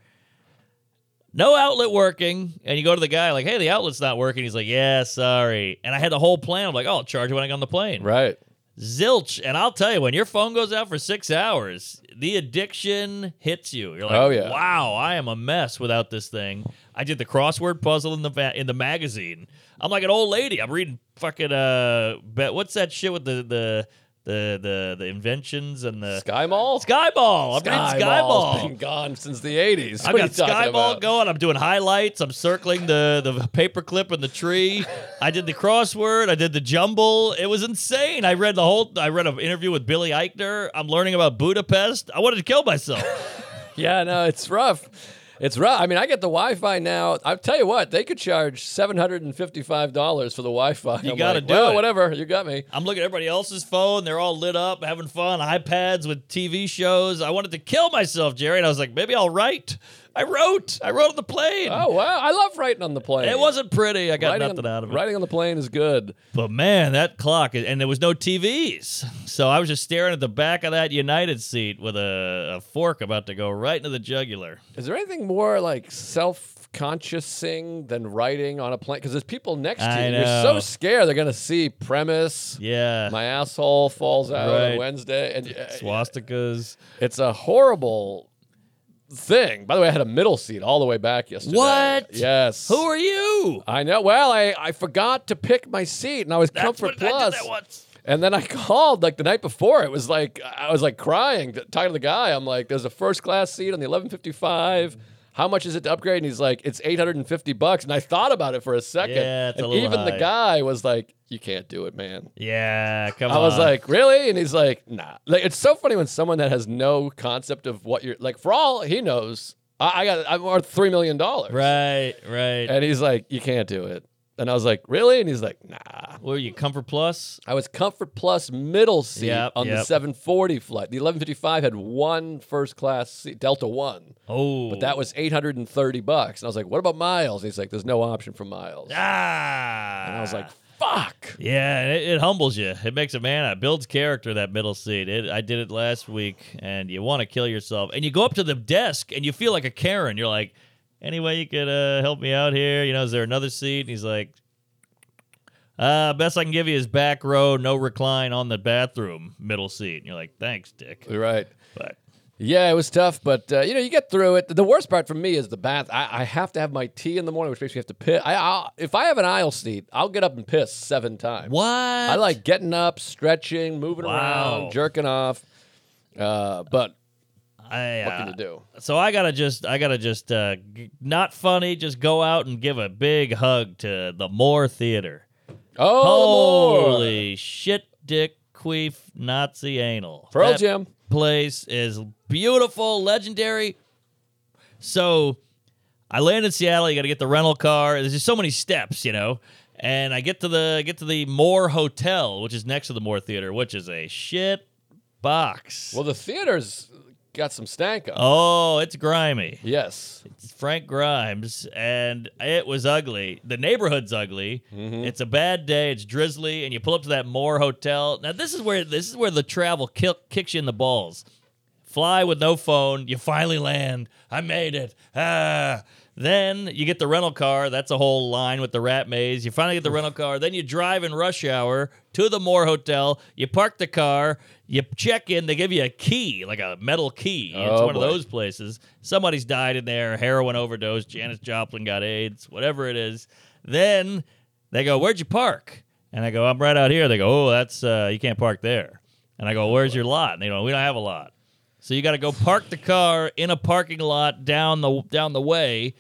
Speaker 2: No outlet working. And you go to the guy, like, hey, the outlet's not working. He's like, yeah, sorry. And I had the whole plan. I'm like, oh, I'll charge it when I get on the plane.
Speaker 3: Right.
Speaker 2: Zilch. And I'll tell you, when your phone goes out for six hours, the addiction hits you. You're like,
Speaker 3: Oh, yeah.
Speaker 2: wow, I am a mess without this thing. I did the crossword puzzle in the va- in the magazine. I'm like an old lady. I'm reading fucking uh, bet what's that shit with the the the the, the inventions and the
Speaker 3: Sky Mall?
Speaker 2: Skyball. I'm
Speaker 3: Skyball's
Speaker 2: reading Skyball.
Speaker 3: been gone since the 80s.
Speaker 2: I
Speaker 3: What are
Speaker 2: got
Speaker 3: you talking
Speaker 2: Skyball
Speaker 3: about?
Speaker 2: going. I'm doing highlights. I'm circling the the paperclip and the tree. I did the crossword. I did the jumble. It was insane. I read the whole. I read an interview with Billy Eichner. I'm learning about Budapest. I wanted to kill myself.
Speaker 3: [laughs] Yeah, no, it's rough. It's rough. I mean, I get the Wi Fi now. I'll tell you what, they could charge $755 for the Wi Fi.
Speaker 2: You gotta do
Speaker 3: well,
Speaker 2: it."
Speaker 3: whatever. You got me.
Speaker 2: I'm looking at everybody else's phone. They're all lit up, having fun. iPads with TV shows. I wanted to kill myself, Jerry. And I was like, maybe I'll write. I wrote. I wrote on the plane.
Speaker 3: Oh, wow. I love writing on the plane.
Speaker 2: It wasn't pretty. I got
Speaker 3: Writing on-
Speaker 2: nothing out of it.
Speaker 3: Writing on the plane is good.
Speaker 2: But man, that clock, and there was no TVs. So I was just staring at the back of that United seat with a, a fork about to go right into the jugular.
Speaker 3: Is there anything more like self consciousing than writing on a plane? Because there's people next to you.
Speaker 2: I
Speaker 3: and You're
Speaker 2: know.
Speaker 3: so scared they're going to see premise.
Speaker 2: Yeah.
Speaker 3: My asshole falls out
Speaker 2: Right.
Speaker 3: on Wednesday. And uh,
Speaker 2: Swastikas.
Speaker 3: it's a horrible thing. By the way, I had a middle seat all the way back yesterday.
Speaker 2: What?
Speaker 3: Yes.
Speaker 2: Who are you?
Speaker 3: I know. Well, I, I forgot to pick my seat and I was
Speaker 2: That's
Speaker 3: comfort
Speaker 2: what I did
Speaker 3: plus.
Speaker 2: that once.
Speaker 3: And then I [laughs] called like the night before. It was like I was like crying, t- talking to the guy. I'm like, "There's a first class seat on the 1155. How much is it to upgrade?" And he's like, "It's 850 bucks." And I thought about it for a second.
Speaker 2: Yeah, it's a
Speaker 3: and
Speaker 2: little
Speaker 3: even
Speaker 2: high.
Speaker 3: the guy was like, "You can't do it, man."
Speaker 2: Yeah, come
Speaker 3: I
Speaker 2: on.
Speaker 3: was like, "Really?" And he's like, "Nah." Like it's so funny when someone that has no concept of what you're like. For all he knows, I, I got I'm worth three million dollars.
Speaker 2: right, right.
Speaker 3: And he's like, "You can't do it." And I was like, "Really?" And he's like, "Nah."
Speaker 2: what are you, Comfort Plus?
Speaker 3: I was comfort plus middle seat
Speaker 2: Yep,
Speaker 3: on the
Speaker 2: yep.
Speaker 3: 740 flight. The 1155 had one first class seat, Delta One,
Speaker 2: Oh.
Speaker 3: but that was 830 bucks. And I was like, "What about miles?" And he's like, "There's no option for miles."
Speaker 2: Ah.
Speaker 3: And I was like, "Fuck."
Speaker 2: Yeah, and it, it humbles you. It makes a man out. It builds character. That middle seat. It, I did it last week, and you want to kill yourself. And you go up to the desk, and you feel like a Karen. You're like, "Any way you could uh, help me out here? You know, is there another seat?" And he's like, "Uh, best I can give you is back row, no recline on the bathroom, middle seat." And you're like, "Thanks, Dick."
Speaker 3: You're right.
Speaker 2: But
Speaker 3: Yeah, it was tough, but uh, you know, you get through it. The worst part for me is the bath. I, I have to have my tea in the morning, which makes me have to piss. I, I'll, if I have an aisle seat, I'll get up and piss seven times.
Speaker 2: what?
Speaker 3: I like getting up, stretching, moving
Speaker 2: Wow.
Speaker 3: around, jerking off. Uh, but
Speaker 2: I,
Speaker 3: what
Speaker 2: uh,
Speaker 3: can you do?
Speaker 2: so I gotta just, I gotta just, uh, g- not funny. Just go out and give a big hug to the Moore Theater.
Speaker 3: Oh, the more.
Speaker 2: Holy shit, dick, queef, Nazi anal.
Speaker 3: Pearl
Speaker 2: That
Speaker 3: Jam.
Speaker 2: place is beautiful, legendary. So I land in Seattle. You got to get the rental car. There's just so many steps, you know. And I get to the get to the Moore Hotel, which is next to the Moore Theater, which is a shit box.
Speaker 3: Well, the theater's got some stank on. it.
Speaker 2: oh, it's grimy.
Speaker 3: Yes.
Speaker 2: Frank Grimes, and it was ugly. The neighborhood's ugly. It's a bad day. It's drizzly, and you pull up to that Moore Hotel. Now this is where this is where the travel kill, kicks you in the balls. Fly with no phone. You finally land. I made it. Ah. Then you get the rental car. That's a whole line with the rat maze. You finally get the rental car. Then you drive in rush hour to the Moore Hotel. You park the car. You check in. They give you a key, like a metal key. it's
Speaker 3: Oh,
Speaker 2: one
Speaker 3: boy.
Speaker 2: of those places. Somebody's died in there. Heroin overdose. Janis Joplin got AIDS. Whatever it is. Then they go, "Where'd you park?" And I go, "I'm right out here." They go, "Oh, that's uh, you can't park there." And I go,
Speaker 3: Oh,
Speaker 2: "Where's your lot?" And they go, "We don't have a lot." So you got to go park the car in a parking lot down the down the way,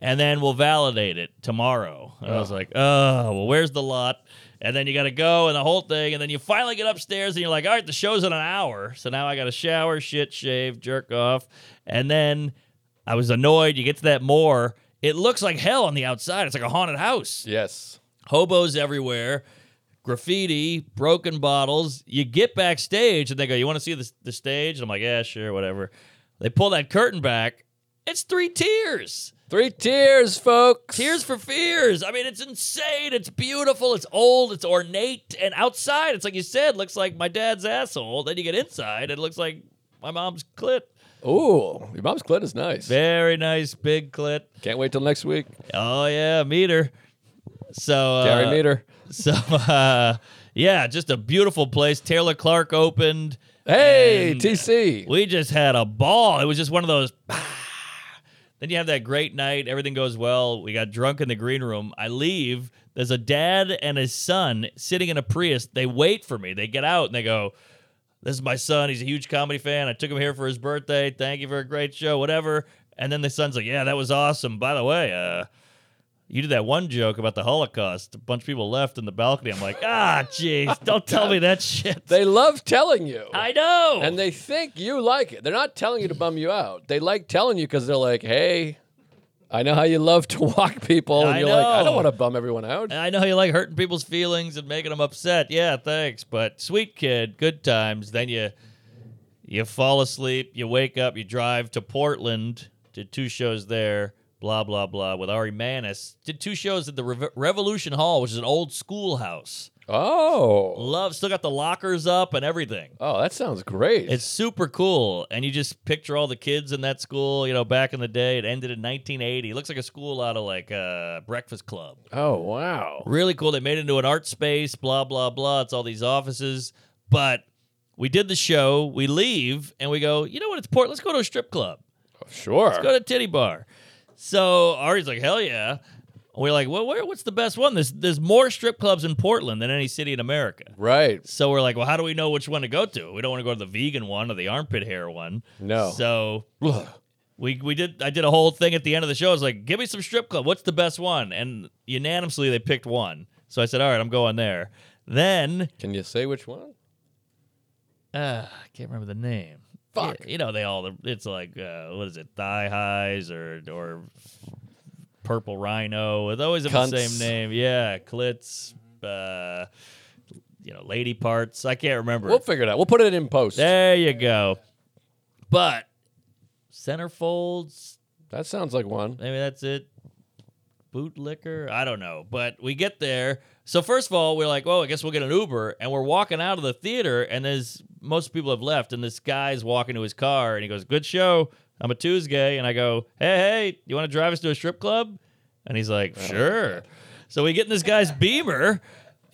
Speaker 2: and then we'll validate it tomorrow. And I was like, oh, well, where's the lot? And then you got to go and the whole thing, and then you finally get upstairs and you're like, all right, the show's in an hour, so now I got to shower, shit, shave, jerk off, and then I was annoyed. You get to that more, it looks like hell on the outside. It's like a haunted house
Speaker 3: Yes.
Speaker 2: hobos everywhere, graffiti, broken bottles. You get backstage and they go, "You want to see the, the stage?" And I'm like, "Yeah, sure, whatever." They pull that curtain back. It's three tiers.
Speaker 3: Three tears, folks.
Speaker 2: Tears for Fears. I mean, it's insane. It's beautiful. It's old. It's ornate. And outside, it's like you said, looks like my dad's asshole. Then you get inside, it looks like my mom's clit.
Speaker 3: Ooh, your mom's clit is nice.
Speaker 2: Very nice, big clit.
Speaker 3: Can't wait till next week.
Speaker 2: Oh yeah, meter. So uh,
Speaker 3: Gary Meter.
Speaker 2: So, [laughs] uh, yeah, just a beautiful place. Taylor Clark opened.
Speaker 3: Hey,
Speaker 2: and
Speaker 3: TC.
Speaker 2: We just had a ball. It was just one of those. Then you have that great night. Everything goes well. We got drunk in the green room. I leave. There's a dad and his son sitting in a Prius. They wait for me. They get out and they go, This is my son. He's a huge comedy fan. I took him here for his birthday. Thank you for a great show, whatever. And then the son's like, Yeah, that was awesome. By the way, uh, you did that one joke about the Holocaust. A bunch of people left in the balcony. I'm like, ah, jeez, don't tell me that shit.
Speaker 3: [laughs] They love telling you.
Speaker 2: I know.
Speaker 3: and they think you like it. They're not telling you to bum you out. They like telling you because they're like, hey, I know how you love to [laughs] walk people. And
Speaker 2: I
Speaker 3: you're like, I
Speaker 2: know.
Speaker 3: don't want to bum everyone out.
Speaker 2: I know you like hurting people's feelings and making them upset. Yeah, thanks. But sweet kid, good times. Then you you fall asleep, you wake up, you drive to Portland, did two shows there, blah blah blah with Ari Manis. Did two shows at the Rev Revolution Hall, which is an old schoolhouse.
Speaker 3: Oh.
Speaker 2: Love still got the lockers up and everything.
Speaker 3: Oh, that sounds great.
Speaker 2: It's super cool. And you just picture all the kids in that school, you know, back in the day. It ended in 1980. It looks like a school out of like uh, Breakfast Club.
Speaker 3: oh, wow.
Speaker 2: Really cool. They made it into an art space, blah, blah, blah. It's all these offices. But we did the show, we leave, and we go, you know what? It's Port. Let's go to a strip club.
Speaker 3: Sure.
Speaker 2: Let's go to Titty Bar. So Ari's like, hell yeah. And we're like, well, where, what's the best one? There's, there's more strip clubs in Portland than any city in America.
Speaker 3: Right.
Speaker 2: So we're like, well, how do we know which one to go to? We don't want to go to the vegan one or the armpit hair one.
Speaker 3: No.
Speaker 2: So
Speaker 3: Ugh.
Speaker 2: we we did. I did a whole thing at the end of the show. I was like, give me some strip club. What's the best one? And unanimously, they picked one. So I said, all right, I'm going there. Then
Speaker 3: Can you say which one?
Speaker 2: uh, I can't remember the name.
Speaker 3: Fuck.
Speaker 2: You, you know, they all. It's like uh, what is it? Thigh highs or or purple rhino. It's always have the
Speaker 3: Cunts.
Speaker 2: same name. Yeah, clits. Uh, you know, lady parts. I can't remember.
Speaker 3: We'll figure it out. We'll put it in post.
Speaker 2: There you go. But centerfolds,
Speaker 3: That sounds like one.
Speaker 2: maybe that's it. Bootlicker, I don't know. But we get there. So first of all, we're like, "Oh, I guess we'll get an Uber." And we're walking out of the theater, and there's most people have left, and this guy's walking to his car, and he goes, "Good show. I'm a Tuesday." And I go, "Hey, hey, you want to drive us to a strip club?" And he's like, "Sure." So we get in this guy's Beamer,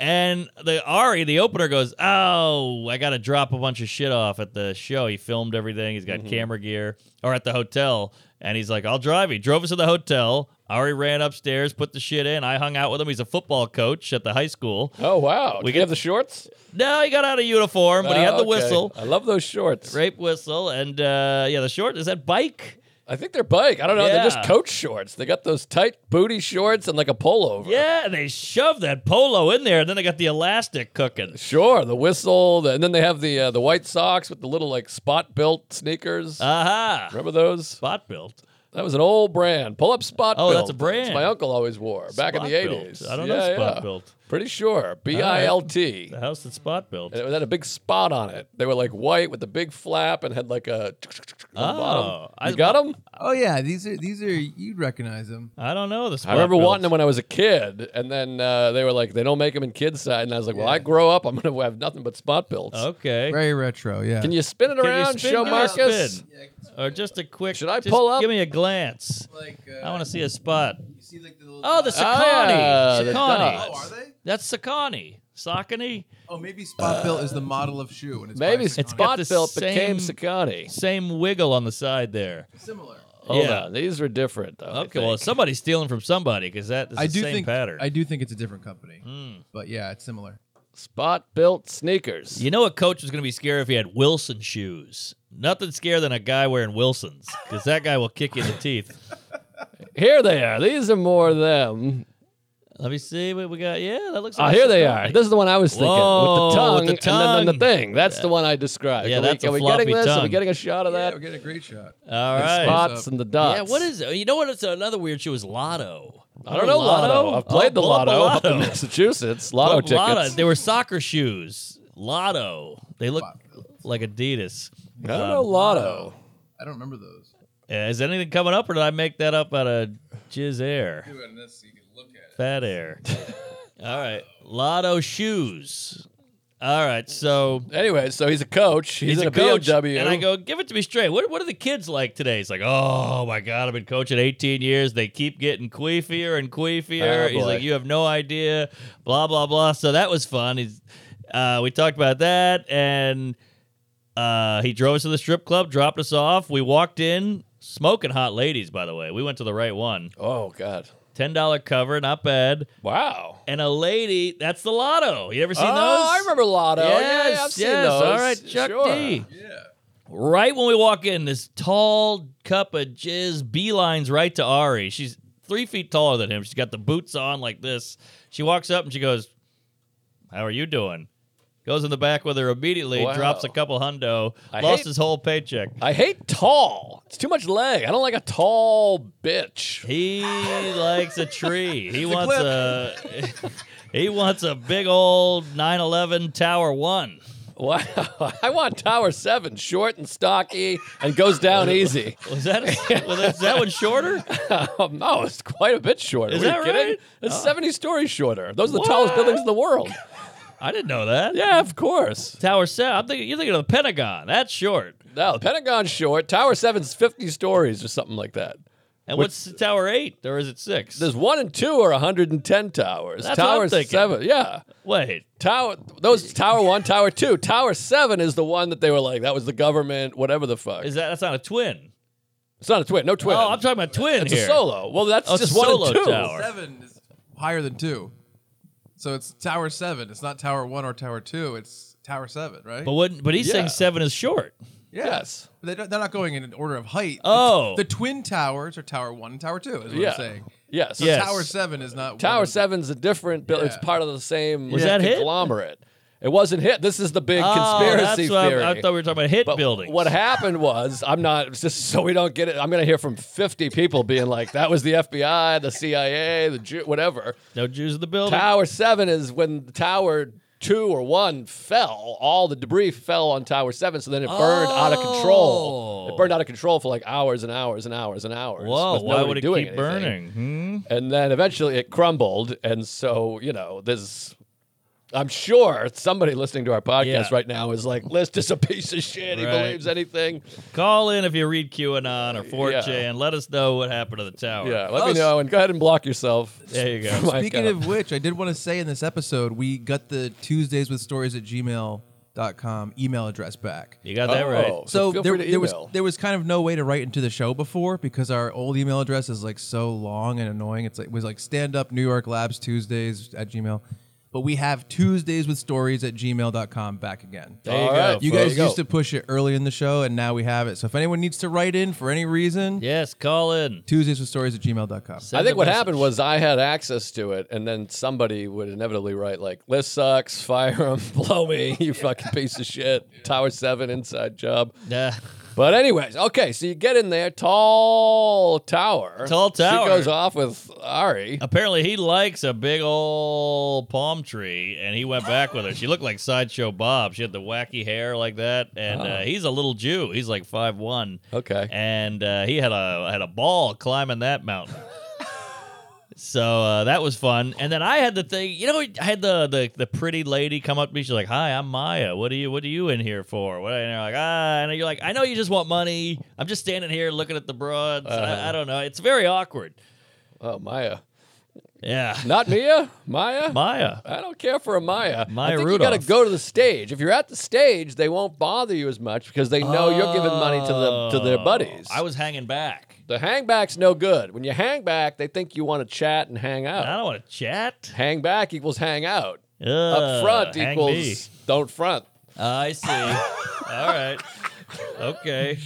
Speaker 2: and the Ari, the opener, goes, "Oh, I got to drop a bunch of shit off at the show. He filmed everything. He's got
Speaker 3: Mm-hmm.
Speaker 2: camera gear, or at the hotel." And he's like, "I'll drive." He drove us to the hotel. Ari ran upstairs, put the shit in. I hung out with him. He's a football coach at the high school.
Speaker 3: Oh, wow. We
Speaker 2: We
Speaker 3: can have
Speaker 2: get-
Speaker 3: the shorts?
Speaker 2: No, he got out of uniform, but he had
Speaker 3: Oh,
Speaker 2: the
Speaker 3: okay.
Speaker 2: whistle,
Speaker 3: I love those shorts.
Speaker 2: rape whistle, and uh, yeah, the short is that bike.
Speaker 3: I think they're bike. I don't know. They're
Speaker 2: Yeah.
Speaker 3: just coach shorts. They got those tight booty shorts and like a pullover.
Speaker 2: Yeah, and they shoved that polo in there, and then they got the elastic cooking.
Speaker 3: Sure, the whistle, the, and then they have the uh, the white socks with the little like spot built sneakers.
Speaker 2: Ah. Aha!
Speaker 3: Remember those?
Speaker 2: Spot built.
Speaker 3: That was an old brand. Pull up spot
Speaker 2: Oh,
Speaker 3: built.
Speaker 2: that's a brand.
Speaker 3: my uncle always wore back in
Speaker 2: Spot
Speaker 3: the
Speaker 2: built.
Speaker 3: eighties.
Speaker 2: I don't know spot built.
Speaker 3: Pretty sure. B I L T.
Speaker 2: The house that Spot built.
Speaker 3: And it had a big spot on it. They were like white with a big flap and had like a on the bottom.
Speaker 2: Oh, I-
Speaker 3: You got them?
Speaker 4: Oh yeah, these are these are you'd recognize them.
Speaker 2: I don't know the spot.
Speaker 3: I remember
Speaker 2: built.
Speaker 3: wanting them when I was a kid, and then uh, they were like, "They don't make them in kids' size." And I was like, "Well, I grow up, I'm gonna have nothing but spot builds."
Speaker 2: Okay.
Speaker 4: Very retro, yeah.
Speaker 3: Can you spin it
Speaker 2: you
Speaker 3: around,
Speaker 2: spin-
Speaker 3: show
Speaker 2: give me a
Speaker 3: Marcus?
Speaker 2: spin. Or just a quick.
Speaker 3: Should I
Speaker 2: just
Speaker 3: pull up?
Speaker 2: Give me a glance.
Speaker 4: like uh,
Speaker 2: I want to see a spot.
Speaker 4: you see like the little
Speaker 2: Oh, the Sakani.
Speaker 3: Ah, yeah, the
Speaker 2: Sakani.
Speaker 3: dots.
Speaker 4: Oh, are they?
Speaker 2: That's Sakani. Sakani.
Speaker 4: Oh, maybe spot built
Speaker 2: Uh,
Speaker 4: is the model of shoe and it's
Speaker 3: Maybe
Speaker 4: by Saucony.
Speaker 2: got
Speaker 3: spot
Speaker 2: the
Speaker 3: built became
Speaker 2: same-
Speaker 3: Sakani.
Speaker 2: Same wiggle on the side there.
Speaker 4: similar.
Speaker 3: Hold
Speaker 2: yeah.
Speaker 3: on, these were different though. I
Speaker 2: Okay. Well,
Speaker 3: think.
Speaker 2: somebody's stealing from somebody because that is
Speaker 4: I
Speaker 2: the
Speaker 4: do
Speaker 2: same
Speaker 4: think
Speaker 2: pattern.
Speaker 4: I do think it's a different company,
Speaker 2: Mm.
Speaker 4: but yeah, it's similar.
Speaker 3: spot built sneakers.
Speaker 2: You know, a coach was going to be scared if he had Wilson shoes. Nothing scarier than a guy wearing Wilsons because that guy will kick you in the teeth.
Speaker 3: Here they are. These are more them.
Speaker 2: Let me see what we got. Yeah, that looks.
Speaker 3: Ah,
Speaker 2: like
Speaker 3: here they
Speaker 2: Sakani.
Speaker 3: are. This is the one I was thinking
Speaker 2: Whoa,
Speaker 3: with the tongue,
Speaker 2: with the
Speaker 3: and then,
Speaker 2: tongue.
Speaker 3: the thing. That's the one I described.
Speaker 2: Yeah,
Speaker 3: are we,
Speaker 2: that's a
Speaker 3: are we
Speaker 2: floppy
Speaker 3: getting this? Are we
Speaker 2: tongue.
Speaker 3: getting a shot of
Speaker 4: Yeah,
Speaker 3: that?
Speaker 4: we're getting a great shot.
Speaker 2: All right.
Speaker 3: Spots
Speaker 4: Up.
Speaker 3: and the dots.
Speaker 2: Yeah, what is it? You know what? It's another weird shoe is Lotto.
Speaker 3: I don't know Oh, lotto. I've played
Speaker 2: Oh,
Speaker 3: the
Speaker 2: pull up a
Speaker 3: lotto, up in
Speaker 2: Lotto.
Speaker 3: Massachusetts. Lotto
Speaker 2: But Lotto.
Speaker 3: tickets.
Speaker 2: They were soccer shoes. Lotto. They look like Adidas.
Speaker 3: I don't know lotto.
Speaker 4: I don't remember those.
Speaker 2: Uh, is anything coming up, or did I make that up out of jizz air,
Speaker 4: Doing this so you can look at
Speaker 2: fat
Speaker 3: [laughs]
Speaker 2: air? All right, Lotto shoes. All right, so
Speaker 3: Anyway, so he's a coach. He's,
Speaker 2: he's
Speaker 3: in
Speaker 2: a coach,
Speaker 3: BMW.
Speaker 2: and I go, give it to me straight. What, what are the kids like today? He's like, oh my god, I've been coaching 18 years. They keep getting queefier and queefier.
Speaker 3: Oh,
Speaker 2: He's
Speaker 3: boy.
Speaker 2: like, you have no idea. Blah blah blah. So that was fun. He's, uh, we talked about that, and uh, he drove us to the strip club, dropped us off. We walked in, smoking hot ladies. By the way, we went to the right one.
Speaker 3: oh God!
Speaker 2: Ten dollar cover, not bad.
Speaker 3: Wow.
Speaker 2: And a lady, that's the lotto. You ever seen
Speaker 3: oh,
Speaker 2: those?
Speaker 3: I remember lotto.
Speaker 2: E. Yes,
Speaker 3: yeah, I've seen
Speaker 2: yes.
Speaker 3: those.
Speaker 2: All right, Chuck E.
Speaker 3: sure.
Speaker 2: D.
Speaker 4: Yeah.
Speaker 2: Right when we walk in, this tall cup of jizz beelines right to Ari. She's three feet taller than him. She's got the boots on like this. She walks up and she goes, How are you doing? Goes in the back with her immediately,
Speaker 3: Wow.
Speaker 2: drops a couple hundo,
Speaker 3: I
Speaker 2: lost
Speaker 3: hate-
Speaker 2: his whole paycheck.
Speaker 3: I hate tall. It's too much leg. I don't like a tall bitch.
Speaker 2: He likes a tree. He wants a he wants a [laughs] big old 911 Tower One.
Speaker 3: Wow. [laughs] I want Tower Seven, short and stocky, and goes
Speaker 2: [laughs]
Speaker 3: down easy.
Speaker 2: Was that a, was that, is that one shorter?
Speaker 3: Um, no, it's quite a bit shorter.
Speaker 2: Is
Speaker 3: Are you
Speaker 2: that
Speaker 3: kidding?
Speaker 2: right? Oh.
Speaker 3: It's seventy stories shorter. Those are the tallest buildings in the world.
Speaker 2: I didn't know that.
Speaker 3: Yeah, of course.
Speaker 2: Tower Seven. I'm thinking you're thinking of the Pentagon. That's short.
Speaker 3: No, the Pentagon's short. Tower Seven's fifty stories or something like that.
Speaker 2: And what's the Tower Eight, or is it six?
Speaker 3: There's one and two are 110 towers.
Speaker 2: That's what I'm
Speaker 3: tower
Speaker 2: thinking.
Speaker 3: seven, yeah.
Speaker 2: Wait,
Speaker 3: Tower those tower one, tower two, tower seven is the one that they were like that was the government, whatever the fuck.
Speaker 2: is that that's not a twin?
Speaker 3: it's not a twin, no twin.
Speaker 2: Oh, I'm talking about twin
Speaker 3: it's
Speaker 2: here.
Speaker 3: a solo. Well, that's
Speaker 2: Oh, it's
Speaker 3: just
Speaker 2: a
Speaker 3: one
Speaker 2: solo
Speaker 3: and two.
Speaker 2: tower.
Speaker 4: Seven is higher than two, so it's Tower Seven. It's not Tower One or Tower Two. It's Tower Seven, right?
Speaker 2: But what? But he's
Speaker 3: Yeah.
Speaker 2: saying seven is short.
Speaker 3: Yes.
Speaker 4: They don't, they're not going in an order of height.
Speaker 2: Oh.
Speaker 4: the, t- the twin towers are Tower One and Tower Two. Is what
Speaker 3: Yeah.
Speaker 4: I'm saying.
Speaker 3: Yes.
Speaker 4: So
Speaker 2: Yeah. Yes.
Speaker 4: Tower Seven is not
Speaker 3: Tower
Speaker 4: one of the-
Speaker 3: seven's a different building. It's
Speaker 4: Yeah.
Speaker 3: part of the same
Speaker 2: Was that hit?
Speaker 3: conglomerate. It wasn't hit. This is the big conspiracy
Speaker 2: oh, that's what I-
Speaker 3: theory.
Speaker 2: I, thought we were talking about hit
Speaker 3: But
Speaker 2: buildings.
Speaker 3: What happened was, I'm not it's just so we don't get it. I'm going to hear from 50 people being like, "That was the FBI, the CIA, the Jew, whatever."
Speaker 2: No Jews in the
Speaker 3: [laughs]
Speaker 2: building.
Speaker 3: Tower Seven is when Tower Two or One fell. All the debris fell on Tower Seven, so then it burned out of control.
Speaker 2: Oh.
Speaker 3: It burned out of control for like hours and hours and hours and hours.
Speaker 2: Whoa!
Speaker 3: with
Speaker 2: Why
Speaker 3: nobody
Speaker 2: would it
Speaker 3: doing
Speaker 2: keep
Speaker 3: anything.
Speaker 2: burning? Hmm?
Speaker 3: And then eventually it crumbled, and so you know this. I'm sure somebody listening to our podcast
Speaker 2: Yeah.
Speaker 3: right now is like, "List is a piece of shit. He
Speaker 2: Right.
Speaker 3: believes anything."
Speaker 2: Hmm? Call in if you read QAnon or 4chan. Let us know what happened to the tower.
Speaker 3: Yeah, let
Speaker 4: Oh,
Speaker 3: me
Speaker 4: s-
Speaker 3: know and go ahead and block yourself.
Speaker 2: There
Speaker 3: [laughs]
Speaker 2: you go.
Speaker 3: from my
Speaker 4: Speaking
Speaker 3: account.
Speaker 4: of which, I did want to say in this episode, we got the Tuesdays with Stories at gmail.com email address back.
Speaker 2: You got that
Speaker 3: Oh.
Speaker 2: right.
Speaker 3: So
Speaker 4: So,
Speaker 3: feel
Speaker 4: there,
Speaker 3: free to
Speaker 4: there was
Speaker 3: email.
Speaker 4: there was kind of no way to write into the show before because our old email address is like so long and annoying. It's like it was like stand up New York Labs Tuesdays at Gmail. But we have Tuesdays with Stories at gmail.com back again.
Speaker 2: There you
Speaker 3: All
Speaker 2: go.
Speaker 3: right,
Speaker 4: You
Speaker 3: folks.
Speaker 4: guys used to push it early in the show and now we have it. So if anyone needs to write in for any reason,
Speaker 2: Yes, call in. [laughs]
Speaker 4: Tuesdays with Stories at gmail.com.
Speaker 3: I
Speaker 2: Send
Speaker 3: think
Speaker 2: a
Speaker 3: what
Speaker 2: message.
Speaker 3: happened was I had access to it, and then somebody would inevitably write like, "List sucks, [laughs]
Speaker 2: [laughs]
Speaker 3: fire him, blow me, you fucking piece of shit, Tower Seven inside job."
Speaker 2: Yeah.
Speaker 3: But anyways, okay, so you get in there, tall tower.
Speaker 2: Tall tower.
Speaker 3: She goes off with Ari.
Speaker 2: Apparently, he likes a big old palm tree, and he went back with her. She looked like sideshow Bob. She had the wacky hair like that, and uh, he's a little Jew. He's like five one,
Speaker 3: Okay.
Speaker 2: and uh, he had a had a ball climbing that mountain. so uh, that was fun. And then I had the thing, you know, I had the the, the pretty lady come up to me. She's like, "Hi, I'm Maya. What are you What are you in here for?" What? And they're like, "Ah," and you're like, "I know you just want money. I'm just standing here looking at the broads. I, I don't know. It's very awkward."
Speaker 3: Oh, Maya.
Speaker 2: Yeah.
Speaker 3: Not Mia? Maya?
Speaker 2: Maya.
Speaker 3: I don't care for a Maya.
Speaker 2: Maya
Speaker 3: I think you got
Speaker 2: Rudolph.
Speaker 3: to go to the stage. If you're at the stage, they won't bother you as much because they know you're giving money to them to their buddies.
Speaker 2: Oh, I was hanging back.
Speaker 3: the hang back's no good. When you hang back, they think you want to chat and hang out.
Speaker 2: I don't want to chat.
Speaker 3: Hang back equals hang out.
Speaker 2: Ugh,
Speaker 3: Uh, Up front
Speaker 2: Uh, hang
Speaker 3: equals
Speaker 2: me.
Speaker 3: don't front. [laughs]
Speaker 2: I see. all right. Okay.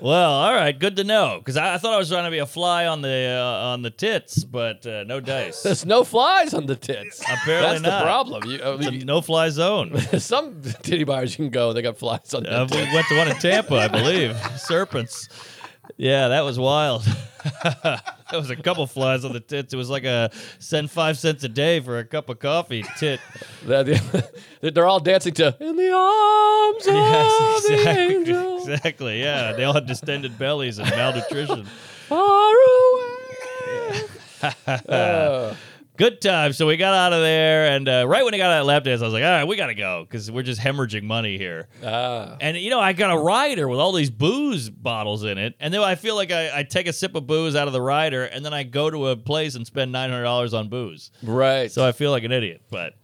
Speaker 2: Well, all right. Good to know because I, I thought I was trying to be a fly on the uh, on the tits, but uh, no dice.
Speaker 3: [laughs] There's no flies on the tits.
Speaker 2: [laughs] Apparently
Speaker 3: That's
Speaker 2: not.
Speaker 3: the problem. You, I mean,
Speaker 2: no
Speaker 3: [laughs]
Speaker 2: fly zone.
Speaker 3: some titty bars you can go, they got flies on
Speaker 2: Uh,
Speaker 3: them.
Speaker 2: we went to one in Tampa, I believe. Serpents. Yeah, that was wild. [laughs] that was a couple flies on the tits. It was like a send five cents a day for a cup of coffee tit.
Speaker 3: They're, [laughs] they're all dancing to "In the Arms of
Speaker 2: [laughs] Yes,
Speaker 3: the
Speaker 2: exactly. [laughs]
Speaker 3: Angel."
Speaker 2: Exactly. Yeah, they all had distended bellies and malnutrition. [laughs]
Speaker 3: Far away. Uh,
Speaker 2: Good time. So we got out of there, and uh, right when I got out of lap dance, I was like, "All right, we gotta go because we're just hemorrhaging money here."
Speaker 3: ah.
Speaker 2: And you know, I got a rider with all these booze bottles in it, and then I feel like I, I take a sip of booze out of the rider, and then I go to a place and spend nine hundred dollars on booze.
Speaker 3: right.
Speaker 2: So I feel like an idiot. But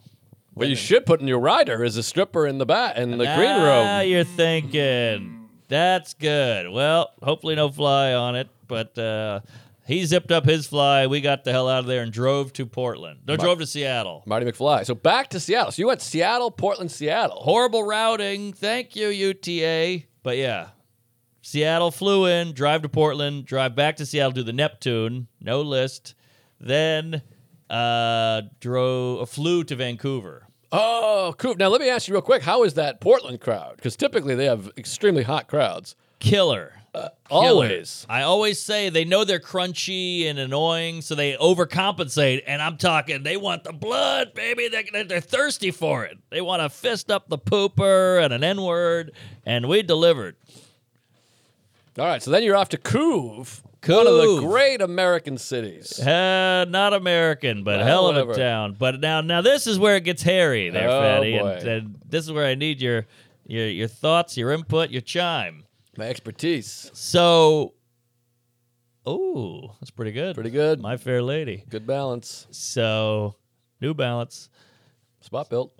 Speaker 3: what you should put in your rider is a stripper in the bat in the green
Speaker 2: Ah,
Speaker 3: room.
Speaker 2: you're thinking that's good. Well, hopefully no fly on it, but uh, he zipped up his fly. We got the hell out of there and drove to Portland. No, drove to Seattle.
Speaker 3: Marty McFly. So back to Seattle. So you went Seattle, Portland, Seattle.
Speaker 2: Horrible routing. Thank you, UTA. But yeah, Seattle flew in, drive to Portland, drive back to Seattle, do the Neptune, no list. Then uh, drove, flew to Vancouver.
Speaker 3: Oh, cool. Now let me ask you real quick. How is that Portland crowd? Because typically they have extremely hot crowds.
Speaker 2: Killer. Killer.
Speaker 3: Always.
Speaker 2: I always say they know they're crunchy and annoying, so they overcompensate. And I'm talking, they want the blood, baby. They're, they're- they're thirsty for it. They want to fist up the pooper and an N word, and we delivered.
Speaker 3: All right. So then you're off to Couve, one of the
Speaker 2: Couve.
Speaker 3: great American cities.
Speaker 2: Uh, not American, but
Speaker 3: Well,
Speaker 2: hell of
Speaker 3: whatever.
Speaker 2: a town. But now, now this is where it gets hairy, there,
Speaker 3: Oh,
Speaker 2: Fatty,
Speaker 3: boy.
Speaker 2: and, and this is where I need your, your your thoughts, your input, your chime.
Speaker 3: My expertise.
Speaker 2: So, oh, that's pretty good.
Speaker 3: Pretty good.
Speaker 2: My Fair Lady.
Speaker 3: Good balance.
Speaker 2: So, New Balance,
Speaker 3: Spot built.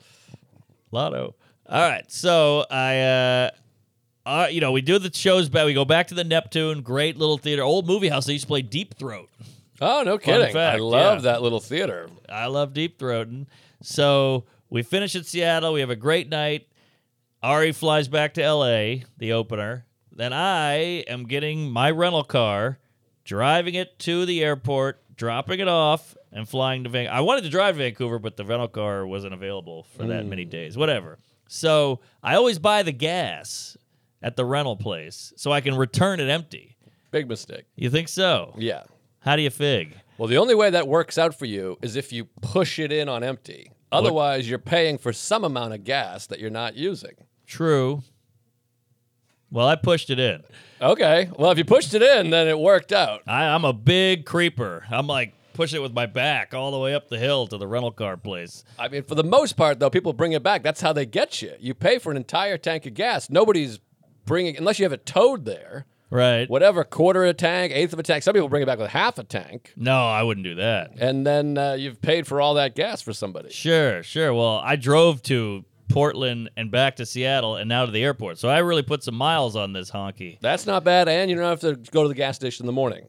Speaker 2: Lotto. All right, so I, uh, uh, you know, we do the shows back. We go back to the Neptune, great little theater, old movie house. They used to play Deep Throat.
Speaker 3: Oh, no kidding. I
Speaker 2: fact,
Speaker 3: love
Speaker 2: yeah.
Speaker 3: that little theater.
Speaker 2: I love deep throating. So we finish at Seattle. We have a great night. Ari flies back to LA, the opener. Then I am getting my rental car, driving it to the airport, dropping it off, and flying to Vancouver. I wanted to drive to Vancouver, but the rental car wasn't available for that many days. Whatever. So I always buy the gas at the rental place so I can return it empty.
Speaker 3: Big mistake.
Speaker 2: You think so?
Speaker 3: Yeah.
Speaker 2: How do you fig?
Speaker 3: Well, the only way that works out for you is if you push it in on empty. Otherwise, you're paying for some amount of gas that you're not using.
Speaker 2: True. Well, I pushed it in.
Speaker 3: Okay. Well, if you pushed it in, then it worked out.
Speaker 2: I, I'm a big creeper. I'm like pushing it with my back all the way up the hill to the rental car place.
Speaker 3: I mean, for the most part, though, people bring it back. That's how they get you. You pay for an entire tank of gas. Nobody's bringing, unless you have it towed there,
Speaker 2: Right.
Speaker 3: whatever, quarter a tank, eighth of a tank. Some people bring it back with half a tank.
Speaker 2: No, I wouldn't do that.
Speaker 3: And then uh, you've paid for all that gas for somebody.
Speaker 2: Sure, sure. Well, I drove to Portland and back to Seattle and now to the airport. So I really put some miles on this honky.
Speaker 3: That's not bad. And you don't have to go to the gas station in the morning.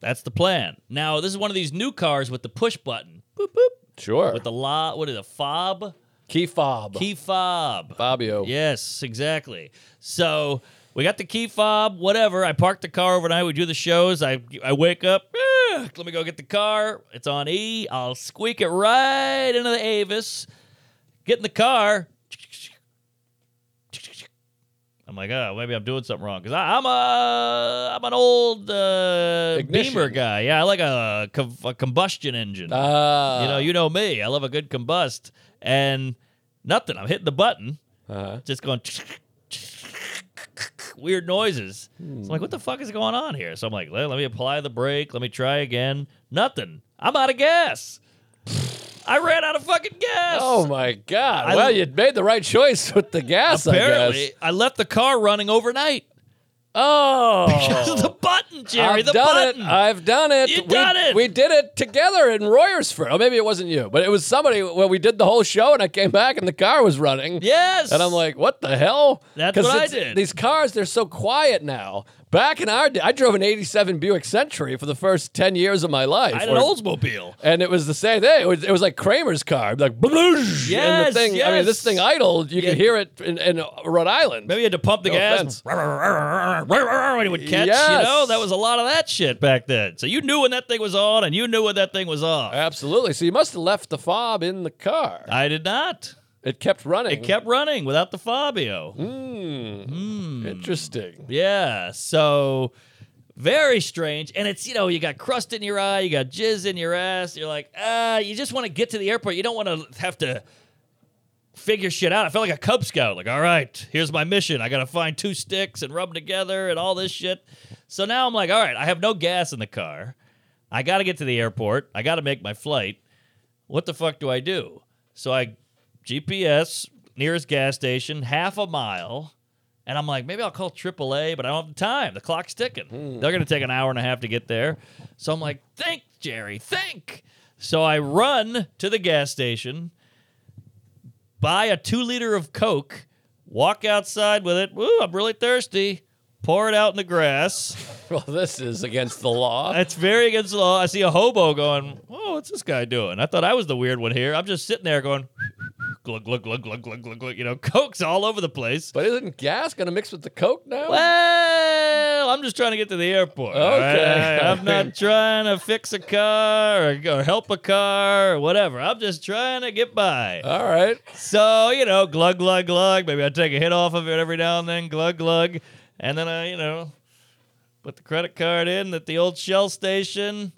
Speaker 2: That's the plan. Now, this is one of these new cars with the push button. Boop, boop.
Speaker 3: Sure.
Speaker 2: With the la, what is it, a fob?
Speaker 3: key fob.
Speaker 2: Key fob.
Speaker 3: Fabio.
Speaker 2: Yes, exactly. So we got the key fob, whatever. I parked the car overnight. We do the shows. I I wake up. "Ah, let me go get the car. It's on E. I'll squeak it right into the Avis. Get in the car. I'm like, oh, maybe I'm doing something wrong because I'm a I'm an old uh,
Speaker 3: Ignition.
Speaker 2: Beamer guy. Yeah, I like a, com- a combustion engine.
Speaker 3: Ah.
Speaker 2: you know, you know me. I love a good combust and nothing. I'm hitting the button,
Speaker 3: Uh-huh.
Speaker 2: just going weird noises. So I'm like, what the fuck is going on here? So I'm like, let, let me apply the brake. Let me try again. Nothing. I'm out of gas. I ran out of fucking gas.
Speaker 3: Oh my God!
Speaker 2: I-
Speaker 3: well, you made the right choice with the gas, I
Speaker 2: Apparently,
Speaker 3: guess.
Speaker 2: I left the car running overnight. [laughs] Because
Speaker 3: Oh,
Speaker 2: of the button, Jerry.
Speaker 3: I've
Speaker 2: the
Speaker 3: done
Speaker 2: button.
Speaker 3: it. I've done it.
Speaker 2: You
Speaker 3: we,
Speaker 2: done it.
Speaker 3: We did it together in Royersford. Oh, maybe it wasn't you, but it was somebody. Well, we did the whole show, and I came back, and the car was running.
Speaker 2: yes.
Speaker 3: And I'm like, what the hell?
Speaker 2: That's
Speaker 3: 'Cause
Speaker 2: what I
Speaker 3: it's-
Speaker 2: did.
Speaker 3: These cars, they're so quiet now. Back in our day, I drove an 87 Buick Century for the first 10 years of my life.
Speaker 2: I had an
Speaker 3: or-
Speaker 2: Oldsmobile.
Speaker 3: and it was the same thing. It was, it was like Kramer's car, like bloosh, and the
Speaker 2: Yes,
Speaker 3: thing. I mean, this
Speaker 2: yes.
Speaker 3: thing idled. You could
Speaker 2: Yeah.
Speaker 3: hear it in, in Rhode Island.
Speaker 2: Maybe you had to pump the
Speaker 3: No
Speaker 2: gas. [laughs]
Speaker 3: offense.
Speaker 2: And it would catch, you
Speaker 3: Yes.
Speaker 2: know? That was a lot of that shit back then. So you knew when that thing was on and you knew when that thing was off.
Speaker 3: Absolutely. So you must have left the fob in the car.
Speaker 2: I did not.
Speaker 3: It kept running.
Speaker 2: Uh, It kept running without the Fabio.
Speaker 3: Mm,
Speaker 2: Hmm.
Speaker 3: Interesting. [laughs]
Speaker 2: Yeah. So very strange. And it's, you know, you got crust in your eye, you got jizz in your ass. You're like, ah, you just want to get to the airport. You don't want to have to figure shit out. I felt like a Cub Scout. Like, all right, here's my mission. I got to find two sticks and rub them together and all this shit. So now I'm like, all right, I have no gas in the car. I got to get to the airport. I got to make my flight. What the fuck do I do? So I GPS, nearest gas station, half a mile. And I'm like, maybe I'll call AAA, but I don't have the time. The clock's ticking. They're going to take an hour and a half to get there. So I'm like, think, Jerry, think. So I run to the gas station, buy a two liter of Coke, walk outside with it. Woo, I'm really thirsty. Pour it out in the grass.
Speaker 3: Well, this is against the
Speaker 2: [laughs]
Speaker 3: law.
Speaker 2: That's very against the law. I see a hobo going, oh, what's this guy doing? I thought I was the weird one here. I'm just sitting there going, [laughs] glug, glug, glug, glug, glug, glug, glug. You know, [laughs] Coke's all over the place.
Speaker 3: But isn't gas going to mix with the coke now?
Speaker 2: Well, I'm just trying to get to the airport. all right?
Speaker 3: Okay.
Speaker 2: I,
Speaker 3: [laughs]
Speaker 2: am not trying to fix a car or, or help a car or whatever. I'm just trying to get by.
Speaker 3: All right.
Speaker 2: So, you know, glug, glug, glug. Maybe I take a hit off of it every now and then, glug, glug. And then I, you know, put the credit card in at the old Shell station.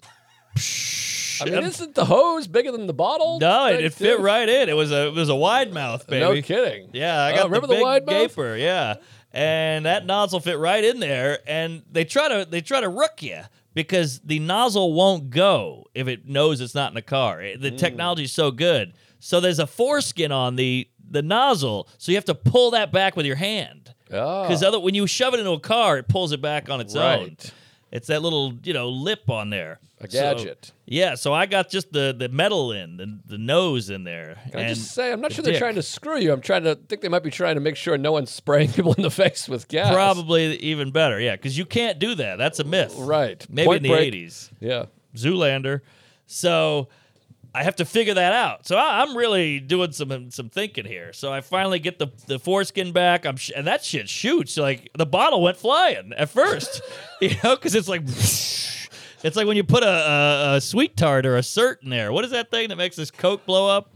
Speaker 3: I mean, isn't the hose bigger than the bottle?
Speaker 2: um, No, it,
Speaker 3: Like
Speaker 2: it fit
Speaker 3: this?
Speaker 2: right in. It was a it was a wide mouth, baby.
Speaker 3: Oh, No kidding.
Speaker 2: Yeah, I
Speaker 3: Oh,
Speaker 2: got
Speaker 3: remember
Speaker 2: the
Speaker 3: the
Speaker 2: big
Speaker 3: wide mouth?
Speaker 2: gaper. Yeah, and that nozzle fit right in there, and they try to they try to rook you because the nozzle won't go if it knows it's not in the car. It-
Speaker 3: Mm.
Speaker 2: the technology's so good, so there's a foreskin on the the nozzle, so you have to pull that back with your hand because
Speaker 3: Because
Speaker 2: other when you shove it into a car, it pulls it back on its own.
Speaker 3: right.
Speaker 2: It's that little you know lip on there.
Speaker 3: A
Speaker 2: So-
Speaker 3: gadget.
Speaker 2: yeah, so I got just the the metal in the the nose in there.
Speaker 3: Can I
Speaker 2: and-
Speaker 3: just say, I'm not
Speaker 2: the
Speaker 3: sure they're
Speaker 2: dick.
Speaker 3: trying to screw you. I'm trying to think they might be trying to make sure no one's spraying [laughs] people in the face with gas.
Speaker 2: Probably even better, yeah, because you can't do that. That's a myth.
Speaker 3: Right.
Speaker 2: Maybe
Speaker 3: Point
Speaker 2: in the
Speaker 3: Break.
Speaker 2: 80s.
Speaker 3: Yeah.
Speaker 2: Zoolander. So I have to figure that out. So I, I'm really doing some some thinking here. So I finally get the, the foreskin back. I'm sh- and that shit shoots like the bottle went flying at first, [laughs] you know, because it's like [laughs] it's like when you put a, a, a sweet tart or a cert in there. What is that thing that makes this Coke blow up?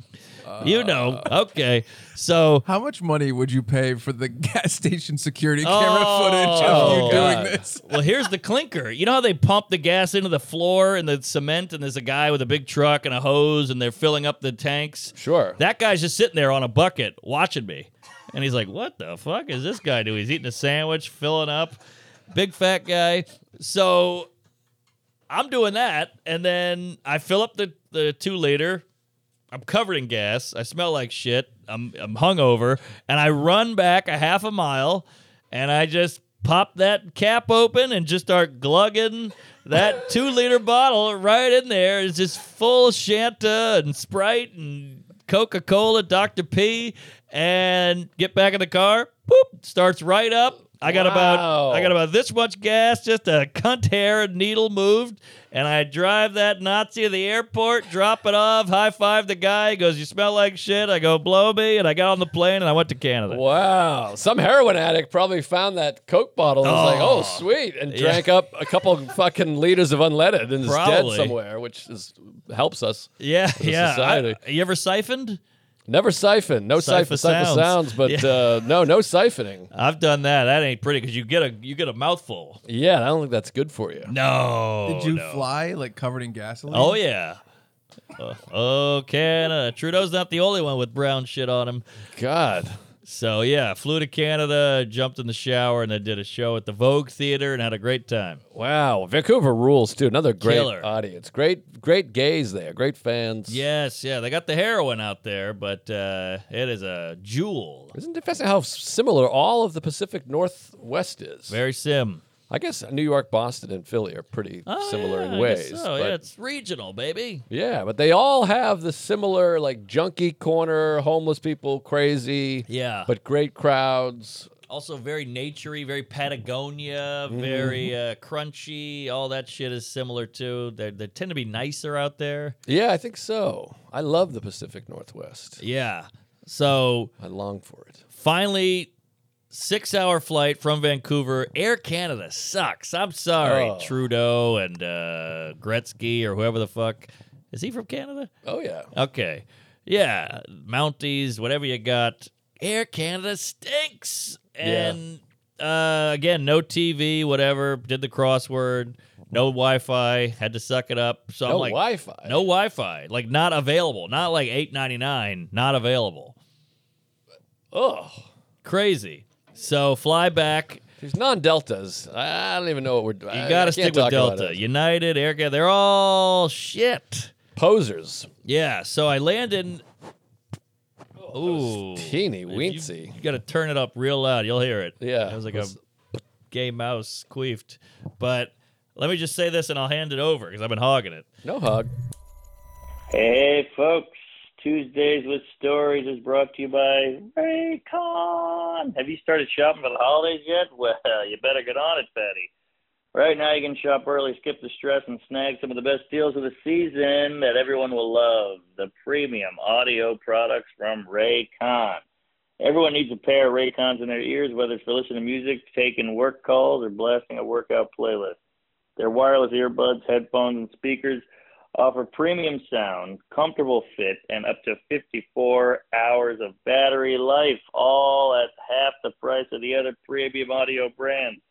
Speaker 2: you know.
Speaker 3: Uh.
Speaker 2: Okay, so.
Speaker 4: How much money would you pay for the [laughs] gas station security camera
Speaker 2: Oh.
Speaker 4: footage of
Speaker 2: Oh,
Speaker 4: you doing
Speaker 3: God.
Speaker 2: [laughs]
Speaker 4: this?
Speaker 2: Well, here's the clinker. You know how they pump the gas into the floor and the cement, and there's a guy with a big truck and a hose, and they're filling up the tanks.
Speaker 3: Sure.
Speaker 2: That guy's just sitting there on a bucket watching me. And he's like, What the fuck is this guy doing? He's eating a sandwich, filling up. Big fat guy. So I'm doing that. And then I fill up the, the two liter. I'm covered in gas. I smell like shit. I'm, I'm hungover. And I run back a half a mile and I just pop that cap open and just start glugging that two liter bottle right in there. It's just full of Shanta and Sprite and Coca Cola, Dr. P, and get back in the car. Boop, starts right up. I got
Speaker 3: Wow.
Speaker 2: about I got about Uh, this much gas, just a cunt hair needle moved, and I drive that Nazi to the airport, drop it off, high five the guy. He goes, "You smell like shit." I go, "Blow me," and I got on the plane and I went to Canada.
Speaker 3: Wow. Some heroin addict probably found that Coke bottle and was like,
Speaker 2: Oh.
Speaker 3: oh, sweet, and
Speaker 2: Yeah.
Speaker 3: drank up a
Speaker 2: [laughs]
Speaker 3: couple fucking liters of unleaded and is dead
Speaker 2: Probably.
Speaker 3: somewhere, which is, helps us.
Speaker 2: Yeah,
Speaker 3: the
Speaker 2: yeah. I-
Speaker 3: society.
Speaker 2: you ever siphoned?
Speaker 3: Never siphon. No siphon.
Speaker 2: Cipher
Speaker 3: Siphon
Speaker 2: sounds.
Speaker 3: sounds, but uh, no, no siphoning.
Speaker 2: I've done that. That ain't pretty because you get a you get a mouthful.
Speaker 3: Yeah, I don't think that's good for you.
Speaker 2: No.
Speaker 4: Did you
Speaker 2: Oh, no.
Speaker 4: fly like covered in gasoline?
Speaker 2: Oh yeah. Uh, oh Canada. Trudeau's not the only one with brown shit on him.
Speaker 3: God.
Speaker 2: So yeah, flew to Canada, jumped in the shower, and then did a show at the Vogue Theater and had a great time.
Speaker 3: Wow. Vancouver rules too. Another great
Speaker 2: Killer.
Speaker 3: audience. Great great gays there. Great fans.
Speaker 2: Yes, yeah, they got the heroin out there, but uh, it is a jewel.
Speaker 3: Isn't it fascinating how similar all of the Pacific Northwest is?
Speaker 2: Very sim.
Speaker 3: I guess New York, Boston, and Philly are pretty
Speaker 2: Oh,
Speaker 3: similar
Speaker 2: yeah,
Speaker 3: in
Speaker 2: I guess
Speaker 3: ways.
Speaker 2: So.
Speaker 3: but-
Speaker 2: Yeah, it's regional, baby.
Speaker 3: yeah, but they all have the similar like junky corner, homeless people, crazy,
Speaker 2: Yeah.
Speaker 3: but great crowds.
Speaker 2: also very naturey, very Patagonia,
Speaker 3: Mm-hmm.
Speaker 2: very uh, crunchy. All that shit is similar too. They they tend to be nicer out there.
Speaker 3: Yeah, I think so. I love the Pacific Northwest.
Speaker 2: Yeah. So
Speaker 3: I long for it.
Speaker 2: finally, six hour flight from Vancouver. Air Canada sucks. I'm sorry,
Speaker 3: Oh.
Speaker 2: Trudeau and uh, Gretzky or whoever the fuck. Is he from Canada?
Speaker 3: Oh yeah.
Speaker 2: Okay. Yeah. Mounties, whatever you got. Air Canada stinks.
Speaker 3: Yeah.
Speaker 2: And uh, again, no TV, whatever. Did the crossword. No Wi Fi. Had to suck it up. So
Speaker 3: No
Speaker 2: I'm like,
Speaker 3: Wi-Fi.
Speaker 2: no Wi Fi. Like, not available. Not like eight ninety nine. Not available.
Speaker 3: Oh,
Speaker 2: Crazy. So fly back.
Speaker 3: these non-deltas. I I don't even know what we're doing.
Speaker 2: You got to stick with Delta. United, Air Canada. They're all shit.
Speaker 3: Posers.
Speaker 2: Yeah. So I landed. Ooh,
Speaker 3: teeny
Speaker 2: If You,
Speaker 3: weensy.
Speaker 2: you got to turn it up real loud. You'll hear it.
Speaker 3: Yeah,
Speaker 2: it was like
Speaker 3: let's-
Speaker 2: a gay mouse queefed. But let me just say this, and I'll hand it over because I've been hogging it.
Speaker 3: No hug.
Speaker 5: Hey, folks. Tuesdays with Stories is brought to you by Raycon. Have you started shopping for the holidays yet? Well, you better get on it, Fatty. Right now, you can shop early, skip the stress, and snag some of the best deals of the season that everyone will love the premium audio products from Raycon. Everyone needs a pair of Raycons in their ears, whether it's for listening to music, taking work calls, or blasting a workout playlist. Their wireless earbuds, headphones, and speakers offer premium sound, comfortable fit, and up to 54 hours of battery life, all at half the price of the other premium audio brands.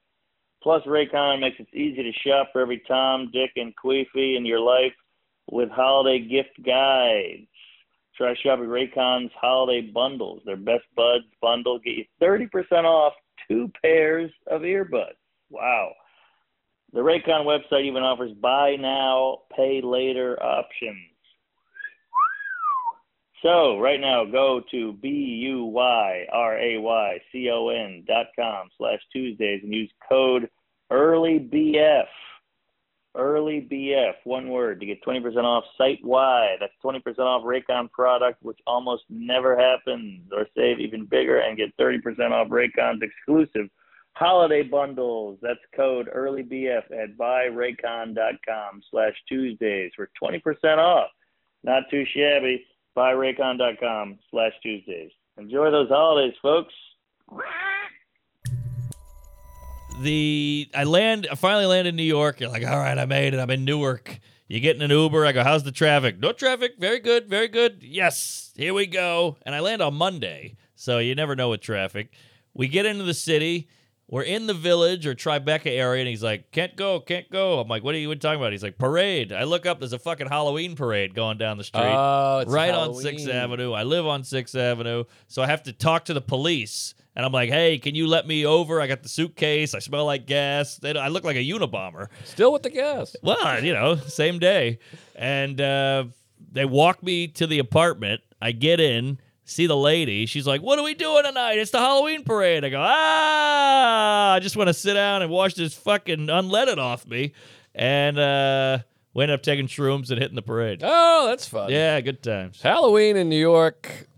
Speaker 5: Plus, Raycon makes it easy to shop for every Tom, Dick, and Queefy in your life with holiday gift guides. Try shopping Raycon's holiday bundles. Their best buds bundle get you 30% off two pairs of earbuds. Wow. The Raycon website even offers buy now, pay later options. So right now, go to b u y r a y c o n dot com slash Tuesdays and use code EarlyBF. EarlyBF, one word, to get 20% off site wide. That's 20% off Raycon product, which almost never happens, or save even bigger and get 30% off Raycon's exclusive holiday bundles. That's code EarlyBF at buyraycon.com slash Tuesdays for 20% off. Not too shabby. Buyraycon.com slash Tuesdays. Enjoy those holidays, folks.
Speaker 2: The I land. I finally land in New York. You're like, all right, I made it. I'm in Newark. You get in an Uber. I go, how's the traffic? No traffic. Very good. Very good. Yes, here we go. And I land on Monday, so you never know with traffic. We get into the city. We're in the village or Tribeca area, and he's like, can't go, can't go. I'm like, what are you talking about? He's like, parade. I look up. There's a fucking Halloween parade going down the street
Speaker 3: Oh, it's
Speaker 2: right on
Speaker 3: Halloween.
Speaker 2: Sixth Avenue. I live on Sixth Avenue, so I have to talk to the police. And I'm like, "Hey, can you let me over? I got the suitcase. I smell like gas. They don't- I look like a Unabomber."
Speaker 3: Still with the gas.
Speaker 2: Well, you know, same day. And uh, they walk me to the apartment. I get in, see the lady. She's like, "What are we doing tonight? It's the Halloween parade." I go, "Ah, I just want to sit down and wash this fucking unleaded off me." And uh, we ended up taking shrooms and hitting the parade.
Speaker 3: Oh, that's fun.
Speaker 2: Yeah, good times.
Speaker 3: Halloween in New York.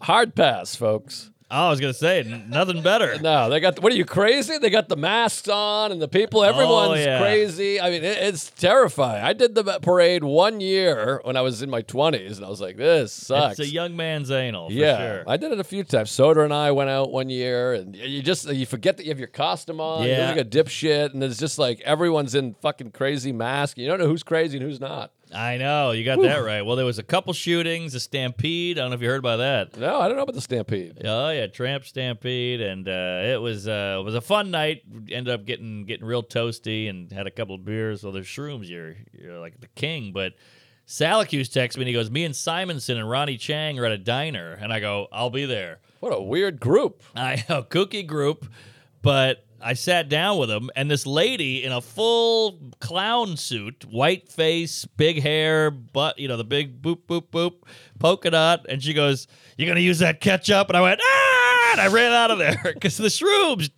Speaker 3: Hard pass, folks.
Speaker 2: Oh, I was gonna say n- nothing better.
Speaker 3: No, they got. What are you crazy? They got the masks on and the people. Everyone's
Speaker 2: Oh, yeah.
Speaker 3: crazy. I mean, it, it's terrifying. I did the ba- parade one year when I was in my twenties, and I was like, "This sucks."
Speaker 2: It's a young man's anal, for
Speaker 3: yeah,
Speaker 2: sure.
Speaker 3: I did it a few times. Soder and I went out one year, and y- you just you forget that you have your costume on.
Speaker 2: Yeah.
Speaker 3: You're like a dipshit, and it's just like everyone's in fucking crazy mask. You don't know who's crazy and who's not.
Speaker 2: I know you got that right. Well, there was a couple shootings, a stampede. I don't know if you heard about that.
Speaker 3: No, I don't know about the stampede.
Speaker 2: Oh yeah, tramp stampede, and uh, it was uh, it was a fun night. Ended up getting getting real toasty and had a couple of beers. Well, there's shrooms. You're you're like the king. But Salacuse texts me and he goes, "Me and Simonson and Ronnie Chang are at a diner," and I go, "I'll be there."
Speaker 3: What a weird group.
Speaker 2: I [laughs] a cookie group, but I sat down with him, and this lady in a full clown suit, white face, big hair, but you know the big boop boop boop polka dot, and she goes, "You're gonna use that ketchup?" And I went, "Ah!" And I ran out of there [laughs] because the shrooms.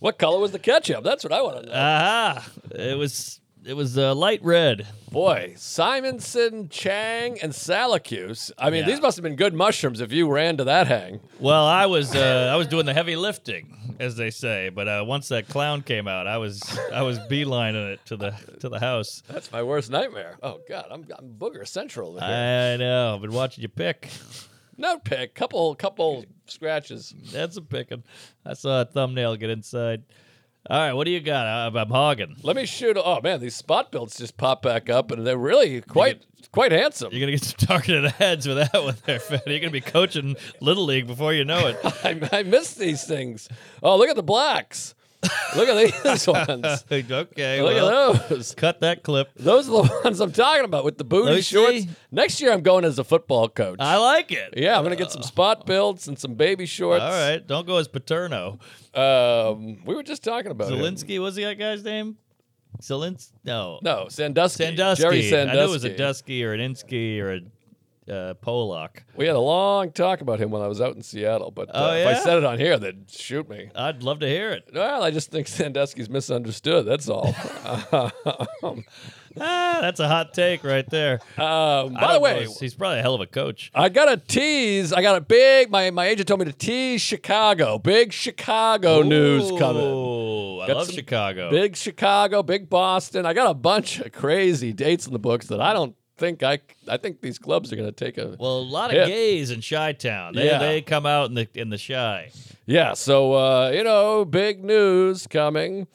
Speaker 3: What color was the ketchup? That's what I want to know.
Speaker 2: Aha! It was it was uh, light red.
Speaker 3: Boy, Simonson, Chang, and Salacuse. I mean,
Speaker 2: Yeah.
Speaker 3: these must have been good mushrooms if you ran to that hang.
Speaker 2: Well, I was uh, I was doing the heavy lifting, as they say. But uh, once that clown came out, I was I was beelining it to the to the house.
Speaker 3: That's my worst nightmare. Oh God, I'm, I'm booger central over here.
Speaker 2: I know. I've been watching you pick. [laughs] Uh,
Speaker 3: No pick, couple, couple scratches.
Speaker 2: That's a pickin'. I saw a thumbnail get inside. All right, what do you got? Uh, I'm, I'm hogging.
Speaker 3: Let me shoot. Oh man, these spot builds just pop back up, and they're really quite, quite handsome.
Speaker 2: You're gonna get some [laughs] targeted ads with that one there, Fed. You're gonna be coaching little league before you know it.
Speaker 3: [laughs] I, I miss these things. Oh, look at the blacks. Look at these [laughs] ones.
Speaker 2: [laughs] okay,
Speaker 3: Look
Speaker 2: well,
Speaker 3: at those.
Speaker 2: cut that clip.
Speaker 3: Those are the [laughs] ones I'm talking about with the
Speaker 2: Let
Speaker 3: booty
Speaker 2: me
Speaker 3: shorts.
Speaker 2: see.
Speaker 3: Next year, I'm going as a football coach.
Speaker 2: I like it.
Speaker 3: yeah, I'm gonna get some spot builds and some baby shorts.
Speaker 2: All right, don't go as Paterno.
Speaker 3: Um, we were just talking about him.
Speaker 2: Zelinsky was he that guy's name? Zelins? No,
Speaker 3: No, Sandusky.
Speaker 2: Sandusky.
Speaker 3: Jerry Sandusky.
Speaker 2: I knew it was a Dusky or an Insky or a uh, Polak.
Speaker 3: We had a long talk about him when I was out in Seattle, but uh,
Speaker 2: Oh,
Speaker 3: if I
Speaker 2: yeah?
Speaker 3: said it on here, they'd shoot me.
Speaker 2: I'd love to hear it.
Speaker 3: Well, I just think [laughs] Sandusky's misunderstood. That's
Speaker 2: [laughs]
Speaker 3: all. um,
Speaker 2: Ah, that's a hot take right there. I
Speaker 3: by the
Speaker 2: don't know,
Speaker 3: way,
Speaker 2: he's- he's probably a hell of a coach.
Speaker 3: I got to tease. I got a big. My my agent told me to tease Chicago. Big Chicago Oh, news coming.
Speaker 2: Ooh, I
Speaker 3: Got
Speaker 2: love
Speaker 3: some
Speaker 2: Chicago.
Speaker 3: Big Chicago. Big Boston. I got a bunch of crazy dates in the books that I don't think I. I think these clubs are going to take a.
Speaker 2: well, a lot of
Speaker 3: Yeah.
Speaker 2: gays in Chi Town. They,
Speaker 3: Yeah.
Speaker 2: they come out in the in the shy.
Speaker 3: Yeah. So uh, you know, big news coming.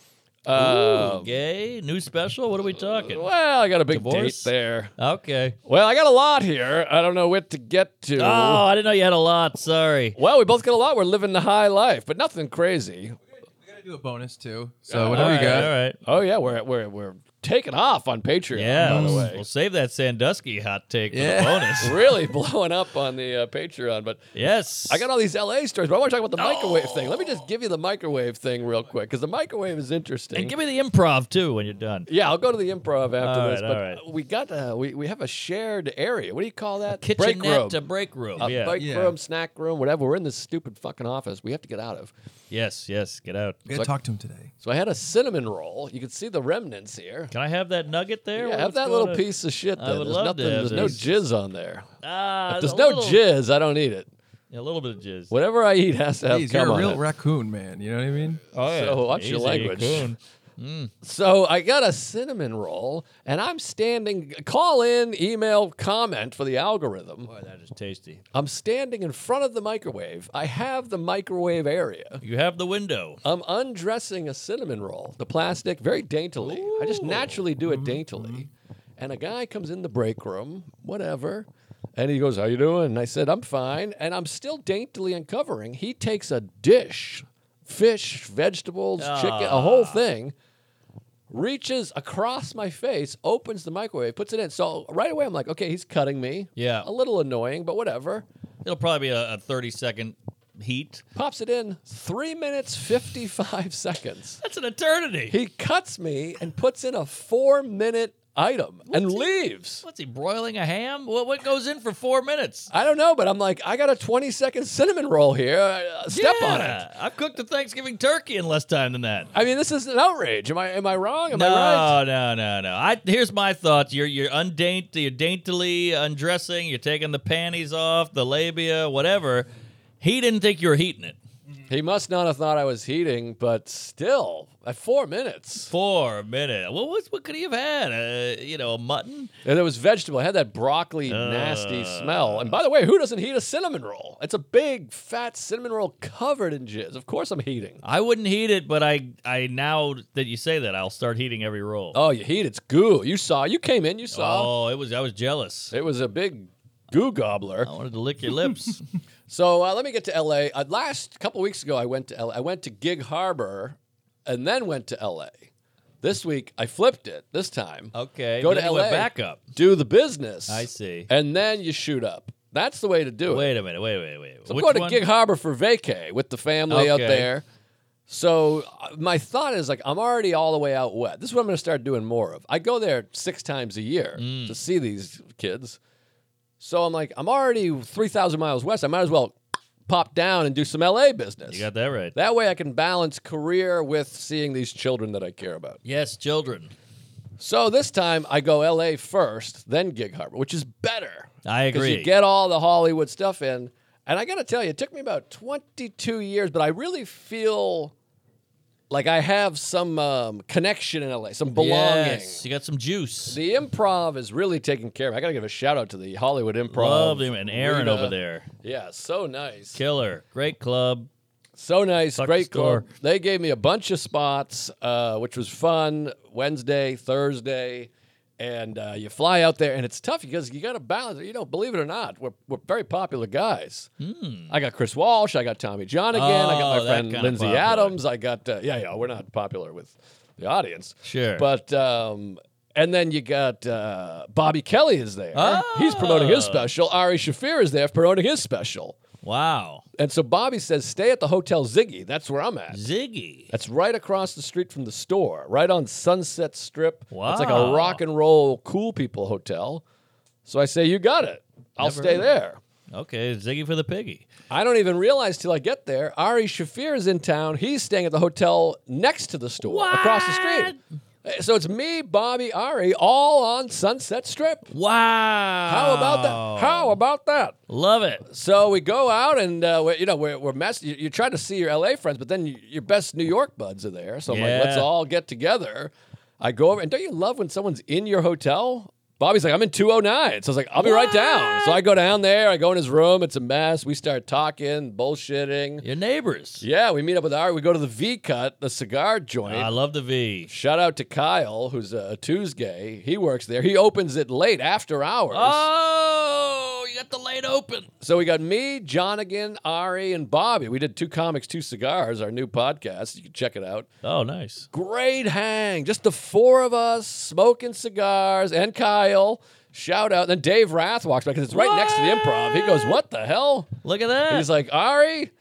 Speaker 3: Uh,
Speaker 2: Gay new special. What are we talking?
Speaker 3: well, I got a big
Speaker 2: Divorce?
Speaker 3: date there.
Speaker 2: Okay.
Speaker 3: Well, I got a lot here. I don't know what to get to.
Speaker 2: Oh, I didn't know you had a lot. Sorry.
Speaker 3: Well, we both get a lot. We're living the high life, but nothing crazy.
Speaker 4: We gotta do a bonus too. So
Speaker 3: Uh,
Speaker 4: whatever
Speaker 2: all right,
Speaker 4: you got.
Speaker 2: All right.
Speaker 3: Oh yeah, we're we're we're taking off on Patreon.
Speaker 2: Yeah.
Speaker 3: by the
Speaker 2: we'll-
Speaker 3: way.
Speaker 2: We'll save that Sandusky hot take
Speaker 4: Yeah.
Speaker 2: for the
Speaker 3: [laughs]
Speaker 2: bonus.
Speaker 3: really blowing up on the uh, Patreon. But
Speaker 2: yes.
Speaker 3: I got all these LA stories, but I want to talk about the microwave thing. Let me just give you the microwave thing real quick because the microwave is interesting.
Speaker 2: And give me the improv too when you're done.
Speaker 3: yeah, I'll go to the improv after
Speaker 2: All
Speaker 3: this.
Speaker 2: right,
Speaker 3: but
Speaker 2: all right.
Speaker 3: we got uh, we we have a shared area. What do you call that?
Speaker 2: Kitchenette
Speaker 3: break room.
Speaker 2: to break room.
Speaker 3: a
Speaker 2: yeah.
Speaker 3: break
Speaker 4: Yeah.
Speaker 3: room, snack room, whatever. We're in this stupid fucking office. We have to get out of.
Speaker 2: Yes. Yes. Get out.
Speaker 4: We gotta talk to him today.
Speaker 3: So I had a cinnamon roll. You can see the remnants here.
Speaker 2: Can I have that nugget there?
Speaker 3: Yeah, have
Speaker 2: What's
Speaker 3: that
Speaker 2: going
Speaker 3: little
Speaker 2: on?
Speaker 3: piece of shit.
Speaker 2: I
Speaker 3: Then.
Speaker 2: would
Speaker 3: there's
Speaker 2: love to
Speaker 3: nothing.
Speaker 2: have
Speaker 3: There's no
Speaker 2: this.
Speaker 3: jizz on there.
Speaker 2: Ah,
Speaker 3: If there's
Speaker 2: a
Speaker 3: no
Speaker 2: little-
Speaker 3: jizz, I don't eat it.
Speaker 2: Yeah, a little bit of jizz.
Speaker 3: Whatever I eat has to have
Speaker 4: Jeez,
Speaker 3: cum
Speaker 4: you're a
Speaker 3: on
Speaker 4: real
Speaker 3: it.
Speaker 4: raccoon, man. You know what I mean?
Speaker 2: Oh, yeah.
Speaker 3: So watch your
Speaker 2: Easy,
Speaker 3: language.
Speaker 2: coon.
Speaker 3: So I got a cinnamon roll, and I'm standing. Call in, email, comment for the algorithm.
Speaker 2: Boy, that is tasty.
Speaker 3: I'm standing in front of the microwave. I have the microwave area.
Speaker 2: You have the window.
Speaker 3: I'm undressing a cinnamon roll, the plastic, very daintily. I just naturally do it daintily. And a guy comes in the break room, whatever, and he goes, "How you doing?" And I said, "I'm fine." And I'm still daintily uncovering. He takes a dish, fish, vegetables, chicken, a whole thing, reaches across my face, opens the microwave, puts it in. So right away, I'm like, "Okay, he's cutting me."
Speaker 2: Yeah.
Speaker 3: a little annoying, but whatever.
Speaker 2: It'll probably be a, a 30 second heat.
Speaker 3: Pops it in. Three minutes fifty-five [laughs] seconds.
Speaker 2: That's an eternity.
Speaker 3: He cuts me and puts in a four minute item and leaves.
Speaker 2: What's he broiling a ham? What, what goes in for four minutes?
Speaker 3: I don't know, but I'm like, I got a 20 second cinnamon roll here. Uh, Step on it.
Speaker 2: Yeah, I've cooked a Thanksgiving turkey in less time than that.
Speaker 3: I mean, this is an outrage. Am I am I wrong? Am
Speaker 2: No,
Speaker 3: I right?
Speaker 2: no, no, no. I here's my thoughts. You're you're undainty, you're daintily undressing. You're taking the panties off, the labia, whatever. He didn't think you were heating it.
Speaker 3: He must not have thought I was heating, but still, By four minutes.
Speaker 2: Four minute. What was? What could he have had? Uh, you know, a mutton.
Speaker 3: And it was vegetable. It had that broccoli
Speaker 2: Uh.
Speaker 3: nasty smell. And by the way, who doesn't heat a cinnamon roll? It's a big, fat cinnamon roll covered in jizz. Of course I'm heating.
Speaker 2: I wouldn't heat it, but I, I now that you say that, I'll start heating every roll.
Speaker 3: Oh, you heat, it's goo. You saw. You came in, you saw.
Speaker 2: Oh, it was. I was jealous.
Speaker 3: It was a big goo gobbler.
Speaker 2: I wanted to lick
Speaker 3: [laughs]
Speaker 2: your lips.
Speaker 3: So uh, let me get to L.A. Uh, last couple weeks ago, I went to L.A. I went to Gig Harbor, and then went to L.A. This week, I flipped it. This time,
Speaker 2: okay.
Speaker 3: Go
Speaker 2: then
Speaker 3: to
Speaker 2: you went
Speaker 3: LA.
Speaker 2: back up.
Speaker 3: do the business.
Speaker 2: Oh. I see.
Speaker 3: And then you shoot up. That's the way to do it.
Speaker 2: Wait a minute. Wait, wait, wait.
Speaker 3: So I'm
Speaker 2: Which
Speaker 3: going
Speaker 2: one?
Speaker 3: to Gig Harbor for vacay with the family out
Speaker 2: Okay.
Speaker 3: there. So uh, my thought is like I'm already all the way out wet. This is what I'm going to start doing more of. I go there six times a year
Speaker 2: Mm.
Speaker 3: to see these kids. So I'm like I'm already three thousand miles west. I might as well pop down and do some LA business.
Speaker 2: You got that right.
Speaker 3: That way I can balance career with seeing these children that I care about.
Speaker 2: yes, children.
Speaker 3: So this time I go LA first, then Gig Harbor, which is better.
Speaker 2: I
Speaker 3: 'Cause
Speaker 2: agree.
Speaker 3: You get all the Hollywood stuff in. And I got to tell you, it took me about 22 years, but I really feel like I have some um, connection in LA, some belonging.
Speaker 2: Yes, you got some juice.
Speaker 3: The improv is really taking care of me. I got to give a shout out to the Hollywood improv.
Speaker 2: Love him and Aaron
Speaker 3: Rita.
Speaker 2: over there.
Speaker 3: Yeah, so nice.
Speaker 2: Killer. Great club.
Speaker 3: So nice,
Speaker 2: Fuck
Speaker 3: great
Speaker 2: the store.
Speaker 3: club. They gave me a bunch of spots, uh, which was fun. Wednesday, Thursday, and uh, you fly out there, and it's tough because you got to balance. it. You know, believe it or not, we're, we're very popular guys. I got Chris Walsh, I got Tommy John again, I got
Speaker 2: Hmm. Oh,
Speaker 3: my
Speaker 2: that
Speaker 3: friend
Speaker 2: kinda
Speaker 3: Lindsay
Speaker 2: popular.
Speaker 3: Adams, I got uh, yeah, yeah. We're not popular with the audience,
Speaker 2: Sure.
Speaker 3: but um, and then you got uh, Bobby Kelly is there. He's promoting his
Speaker 2: Oh.
Speaker 3: special. Ari Shafir is there promoting his special.
Speaker 2: Wow.
Speaker 3: And so Bobby says, stay at the Hotel Ziggy. That's where I'm at.
Speaker 2: Ziggy.
Speaker 3: That's right across the street from the store, right on Sunset Strip. It's like a
Speaker 2: Wow.
Speaker 3: rock and roll cool people hotel. So I say, you got it. I'll
Speaker 2: Never
Speaker 3: stay
Speaker 2: heard of
Speaker 3: there.
Speaker 2: Okay, Ziggy for the piggy.
Speaker 3: I don't even realize till I get there. Ari Shafir is in town. He's staying at the hotel next to the store, across the street. Uh, So it's me, Bobby, Ari, all on Sunset Strip.
Speaker 2: Wow.
Speaker 3: How
Speaker 2: How
Speaker 3: about that? How about that?
Speaker 2: Love it.
Speaker 3: So we go out and uh, we you know we're we're mess- you, you try to see your LA friends, but then y your best New York buds are there. So I'm
Speaker 2: Yeah.
Speaker 3: like, let's all get together. I go over and don't you love when someone's in your hotel? Bobby's like, I'm in 209. So I was like, I'll be right down. So I go down there. I go in his room. It's a mess. We start talking, bullshitting. Yeah,
Speaker 2: Your neighbors.
Speaker 3: we meet up with our. We go to the V Cut, the cigar joint.
Speaker 2: I love the V.
Speaker 3: Shout out to Kyle, who's a Tuesday. He works there. He opens it late after hours.
Speaker 2: Oh, you got the lane open.
Speaker 3: So we got me, Jonigan, Ari, and Bobby. We did two comics, two cigars, our new podcast. You can check it out.
Speaker 2: Oh, nice.
Speaker 3: Great hang. Just the four of us smoking cigars and Kyle. Shout out. Then Dave Rath walks by because it's right next to the improv. He goes, What the hell?
Speaker 2: Look at that.
Speaker 3: He's like, Ari,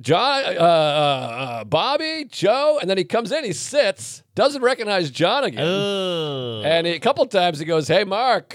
Speaker 3: John, uh, uh, uh, Bobby, Joe. And then he comes in, he sits, doesn't recognize Jonigan.
Speaker 2: oh.
Speaker 3: And he, a couple times he goes, "Hey, Mark."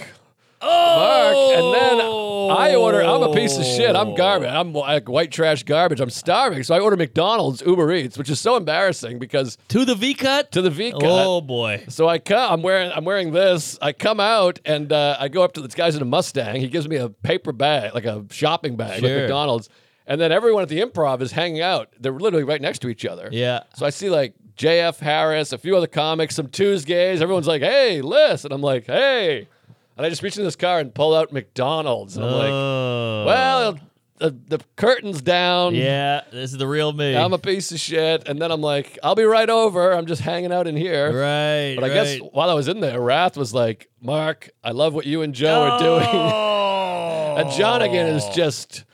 Speaker 3: Mark, and then
Speaker 2: oh.
Speaker 3: I order. I'm a piece of shit. I'm garbage. I'm like white trash garbage. I'm starving, so I order McDonald's Uber Eats, which is so embarrassing because
Speaker 2: to the V cut.
Speaker 3: to the V cut.
Speaker 2: Oh boy.
Speaker 3: So I come. I'm wearing. I'm wearing this. I come out and uh, I go up to this guy's in a Mustang. He gives me a paper bag, like a shopping bag, with
Speaker 2: Sure.
Speaker 3: McDonald's. And then everyone at the improv is hanging out. They're literally right next to each other.
Speaker 2: Yeah.
Speaker 3: So I see like J.F. Harris, a few other comics, some Tuesdays. Everyone's like, "Hey, Liz," and I'm like, "Hey," and I just reach in this car and pull out McDonald's, and I'm like,
Speaker 2: oh.
Speaker 3: "Well, the, the curtain's down.
Speaker 2: Yeah, this is the real me.
Speaker 3: I'm a piece of shit." And then I'm like, "I'll be right over. I'm just hanging out in here."
Speaker 2: right.
Speaker 3: But I guess while I was in there, Rath was like, "Mark, I love what you and Joe are
Speaker 2: Oh.
Speaker 3: doing," [laughs] and Jonigan is just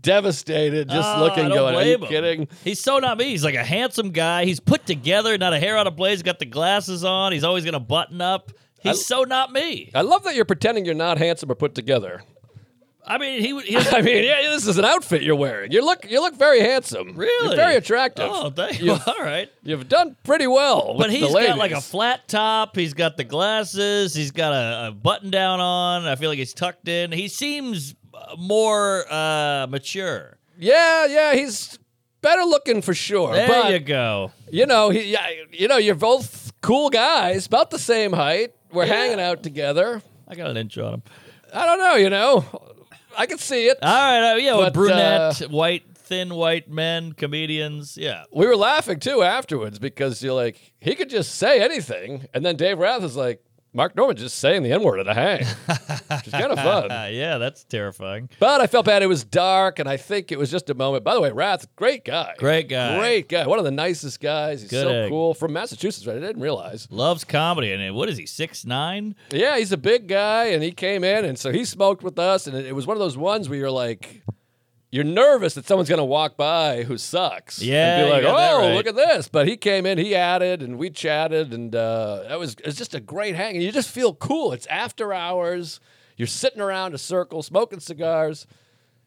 Speaker 3: devastated, just
Speaker 2: Oh, I
Speaker 3: looking,
Speaker 2: don't
Speaker 3: going, "Are you
Speaker 2: blame him.
Speaker 3: kidding?"
Speaker 2: He's so not me. He's like a handsome guy. He's put together, not a hair out of place. He's got the glasses on. He's always gonna button up. He's so not me.
Speaker 3: I love that you're pretending you're not handsome or put together.
Speaker 2: I mean, he would. He was,
Speaker 3: [laughs] I
Speaker 2: [laughs]
Speaker 3: mean, yeah, this is an outfit you're wearing. You look, you look very handsome.
Speaker 2: Really?
Speaker 3: You're very attractive.
Speaker 2: oh, thank you. [laughs]
Speaker 3: You've,
Speaker 2: All right.
Speaker 3: you've done pretty well.
Speaker 2: But
Speaker 3: he's
Speaker 2: he's got like a flat top. He's got the glasses. He's got a, a button down on. I feel like he's tucked in. He seems uh, more uh, mature.
Speaker 3: yeah, yeah. He's better looking for sure.
Speaker 2: There
Speaker 3: but
Speaker 2: you go.
Speaker 3: you know, he, yeah, you know, you're both cool guys, about the same height. We're hanging out together.
Speaker 2: I got an inch on him.
Speaker 3: I don't know, you know. I can see it.
Speaker 2: All right. Uh, yeah, with
Speaker 3: But,
Speaker 2: brunette, white thin white men, comedians. Yeah.
Speaker 3: We were laughing too afterwards because you're like, he could just say anything. And then Dave Rath is like, Mark Norman just saying the N word at a
Speaker 2: [laughs]
Speaker 3: hang, which is kind of fun.
Speaker 2: Uh, yeah, that's terrifying.
Speaker 3: But I felt bad. It was dark, and I think it was just a moment. By the way, Rath, great guy.
Speaker 2: Great guy.
Speaker 3: Great guy. One of the nicest guys. He's
Speaker 2: Good
Speaker 3: so
Speaker 2: egg.
Speaker 3: cool. From Massachusetts, right? I didn't realize.
Speaker 2: Loves comedy. And uh, what is he, six nine?
Speaker 3: Yeah, he's a big guy, and he came in, and so he smoked with us, and it, it was one of those ones where you're like, you're nervous that someone's gonna walk by who sucks.
Speaker 2: Yeah,
Speaker 3: and be like,
Speaker 2: you got that
Speaker 3: oh,
Speaker 2: right."
Speaker 3: look at this. But he came in, he added, and we chatted, and uh, that was it's just a great hang. And you just feel cool. It's after hours. You're sitting around a circle, smoking cigars.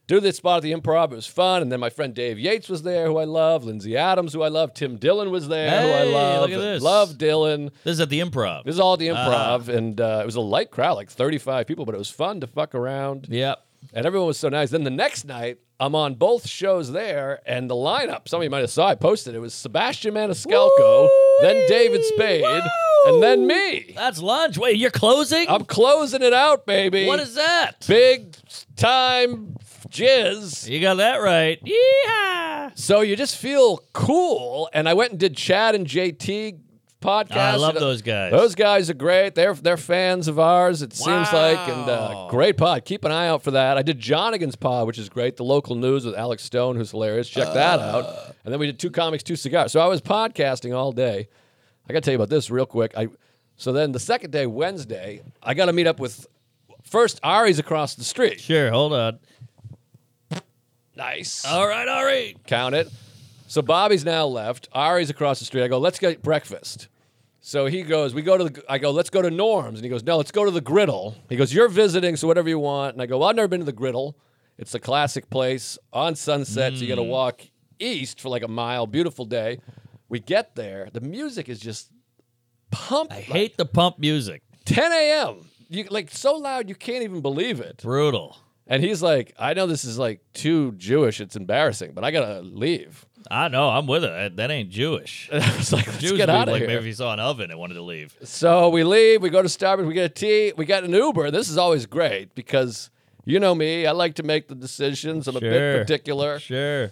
Speaker 3: Do this spot at the improv. It was fun. And then my friend Dave Yates was there, who I love. Lindsay Adams, who I love. Tim Dillon was there, who I
Speaker 2: Hey,
Speaker 3: love.
Speaker 2: look at this.
Speaker 3: Love Dylan.
Speaker 2: This is at the improv.
Speaker 3: This is all at the
Speaker 2: Uh-huh.
Speaker 3: improv, and uh, it was a light crowd, like 35 people, but it was fun to fuck around.
Speaker 2: yep.
Speaker 3: And everyone was so nice. Then the next night, I'm on both shows there, and the lineup, some of you might have saw I posted, it was Sebastian Maniscalco, then David Spade, and then me.
Speaker 2: That's lunch. Wait, you're closing?
Speaker 3: I'm closing it out, baby.
Speaker 2: what is that?
Speaker 3: Big time jizz.
Speaker 2: You got that right. Yeehaw!
Speaker 3: So you just feel cool. And I went and did Chad and JT podcast.
Speaker 2: I love
Speaker 3: And, uh,
Speaker 2: those guys.
Speaker 3: Those guys are great. They're they're fans of ours. It seems like and uh,
Speaker 2: Wow.
Speaker 3: great pod. Keep an eye out for that. I did Jonigan's pod, which is great. The local news with Alex Stone, who's hilarious. Check that out. And then we did two comics, two cigars. So I was podcasting all day. I got to tell you about this real quick. I so then the second day, Wednesday, I got to meet up with first Ari's across the street.
Speaker 2: Sure, hold on.
Speaker 3: Nice.
Speaker 2: All right, all right.
Speaker 3: count it. So Bobby's now left. Ari's across the street. I go, let's get breakfast. So he goes, we go to the, I go, let's go to Norm's. And he goes, no, let's go to the Griddle. He goes, you're visiting, so whatever you want. And I go, well, I've never been to the Griddle. It's a classic place on Sunset. So you got
Speaker 2: Mm.
Speaker 3: to walk east for like a mile. Beautiful day. We get there. The music is just pumped.
Speaker 2: I hate the pump music.
Speaker 3: 10 a.m. You, like so loud you can't even believe it.
Speaker 2: Brutal.
Speaker 3: And he's like, I know this is like too Jewish. It's embarrassing, but I gotta leave.
Speaker 2: I know, I'm with it. That- That ain't Jewish.
Speaker 3: I was like, [laughs] let's
Speaker 2: Jews would
Speaker 3: get
Speaker 2: be
Speaker 3: out of
Speaker 2: like
Speaker 3: here.
Speaker 2: maybe if you saw an oven and wanted to leave.
Speaker 3: So we leave, we go to Starbucks, we get a tea, we get an Uber. This is always great because you know me, I like to make the decisions. I'm a bit
Speaker 2: Sure.
Speaker 3: particular.
Speaker 2: Sure.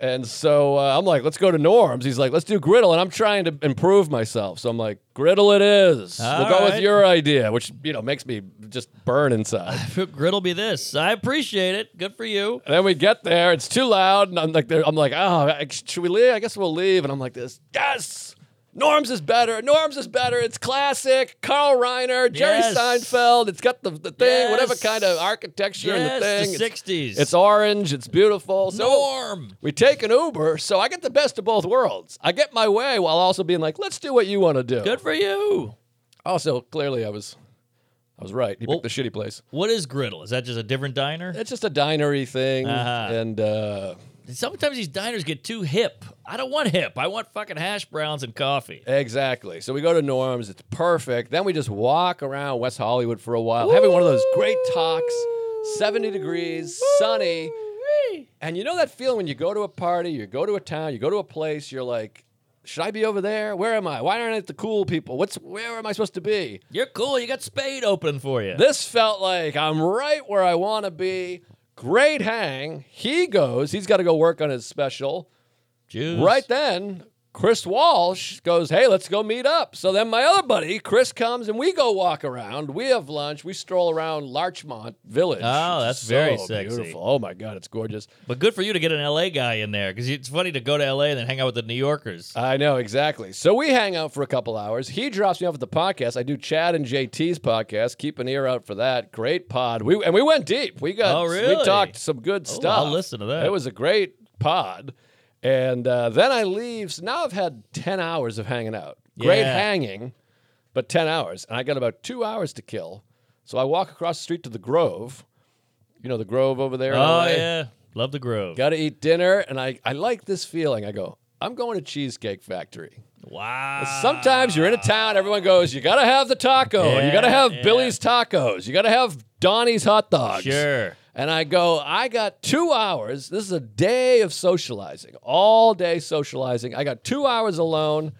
Speaker 3: And so uh, I'm like, let's go to Norm's. He's like, let's do Griddle. And I'm trying to improve myself. So I'm like, Griddle it is.
Speaker 2: All
Speaker 3: we'll go with
Speaker 2: right.
Speaker 3: your idea, which, you know, makes me just burn inside.
Speaker 2: [laughs] Griddle be this. I appreciate it. Good for you.
Speaker 3: And then we get there, it's too loud, and I'm like, there- I'm like, oh, I- should we leave? I guess we'll leave. And I'm like, this, yes, Norms is better. Norms is better. It's classic. Carl Reiner, Jerry
Speaker 2: Yes.
Speaker 3: Seinfeld. It's got the, the thing, whatever
Speaker 2: Yes.
Speaker 3: kind of architecture
Speaker 2: Yes,
Speaker 3: and the thing.
Speaker 2: the
Speaker 3: It's-
Speaker 2: 60s.
Speaker 3: It's, orange. It's beautiful. So
Speaker 2: Norm.
Speaker 3: we take an Uber, so I get the best of both worlds. I get my way while also being like, let's do what you want to do.
Speaker 2: Good for you.
Speaker 3: Also, clearly, I was, I was right. He
Speaker 2: Well-
Speaker 3: picked the shitty place.
Speaker 2: What is Griddle? Is that just a different diner?
Speaker 3: It's just a dinery thing,
Speaker 2: Uh-huh.
Speaker 3: and. uh
Speaker 2: Sometimes these diners get too hip. I don't want hip. I want fucking hash browns and coffee.
Speaker 3: Exactly. So we go to Norm's. It's perfect. Then we just walk around West Hollywood for a while, having one of those great talks. 70 degrees, sunny. And you know that feeling when you go to a party, you go to a town, you go to a place, you're like, should I be over there? Where am I? Why aren't I at the cool people? What's where am I supposed to be?
Speaker 2: You're cool. You got Spade opening for you.
Speaker 3: This felt like I'm right where I want to be. Great hang. He goes, he's got to go work on his special.
Speaker 2: Juice.
Speaker 3: Right then, Chris Walsh goes, Hey, let's go meet up. So then my other buddy, Chris, comes and we go walk around. We have lunch. We stroll around Larchmont Village.
Speaker 2: Oh,
Speaker 3: It's
Speaker 2: that's very
Speaker 3: so
Speaker 2: sexy.
Speaker 3: Beautiful. Oh, my God, it's gorgeous.
Speaker 2: But good for you to get an LA guy in there because it's funny to go to LA and then hang out with the New Yorkers.
Speaker 3: I know, exactly. So we hang out for a couple hours. He drops me off at the podcast. I do Chad and JT's podcast. Keep an ear out for that. Great pod. We And we went deep. We got,
Speaker 2: Oh, really? Oh,
Speaker 3: we talked some good stuff.
Speaker 2: I'll listen to that.
Speaker 3: It was a great pod. And uh, then I leave. So now I've had 10 hours of hanging out. Great
Speaker 2: Yeah.
Speaker 3: hanging, but 10 hours. And I got about two hours to kill. So I walk across the street to the Grove. You know, the Grove over there. in
Speaker 2: oh,
Speaker 3: LA?
Speaker 2: yeah. Love the Grove.
Speaker 3: Got to eat dinner. And I, I like this feeling. I go, I'm going to Cheesecake Factory.
Speaker 2: wow.
Speaker 3: Sometimes you're in a town, everyone goes, you got to have the taco. you got to
Speaker 2: Yeah,
Speaker 3: have
Speaker 2: yeah.
Speaker 3: Billy's tacos. You got to have Donnie's hot dogs.
Speaker 2: Sure.
Speaker 3: And I go, I got two hours. This is a day of socializing, all day socializing. I got two hours alone.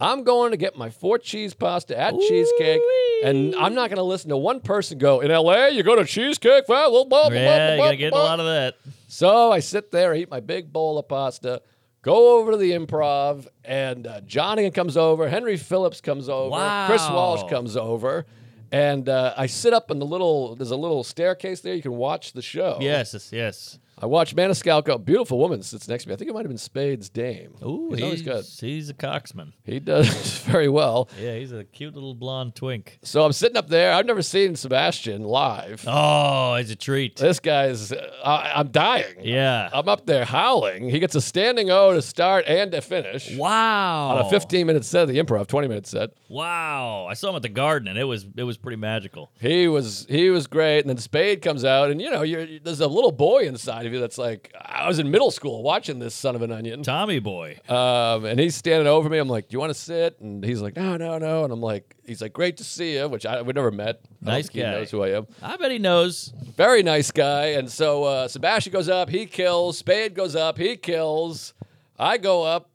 Speaker 3: I'm going to get my four cheese pasta at Cheesecake, and I'm not going to listen to one person go, in LA, you go to Cheesecake? Well, blah, blah, blah,
Speaker 2: Yeah, you
Speaker 3: blah,
Speaker 2: got to get
Speaker 3: blah."
Speaker 2: a lot of that.
Speaker 3: So I sit there, eat my big bowl of pasta, go over to the improv, and uh, Johnny comes over, Henry Phillips comes over, Chris
Speaker 2: Wow.
Speaker 3: Walsh comes over, and uh, I sit up in the little. There's a little staircase there. You can watch the show.
Speaker 2: Yes, yes, yes.
Speaker 3: I watched Maniscalco. Beautiful woman sits next to me. I think it might have been Spade's dame.
Speaker 2: Ooh,
Speaker 3: he's, always good.
Speaker 2: He's a coxman.
Speaker 3: He does [laughs] very well.
Speaker 2: Yeah, he's a cute little blonde twink.
Speaker 3: So I'm sitting up there. I've never seen Sebastian live.
Speaker 2: Oh, it's a treat.
Speaker 3: This guy's, uh, I, I'm dying.
Speaker 2: Yeah.
Speaker 3: I'm up there howling. He gets a standing O to start and to finish
Speaker 2: Wow.
Speaker 3: on a 15 minute set of the improv, 20 minute set.
Speaker 2: Wow. I saw him at the garden and it was it was pretty magical.
Speaker 3: He was he was great, and then Spade comes out, and you know you're, you- there's a little boy inside of you that's like, I was in middle school watching this son of an onion,
Speaker 2: Tommy boy.
Speaker 3: um, and he's standing over me. I'm like, do you want to sit? And he's like, no, no, no, and I'm like, he's like, great to see you, which I we never met. I don't
Speaker 2: Nice
Speaker 3: think he
Speaker 2: guy.
Speaker 3: knows who I am.
Speaker 2: I bet he knows.
Speaker 3: Very nice guy. And so uh, Sebastian goes up, he kills. Spade goes up, he kills. I go up,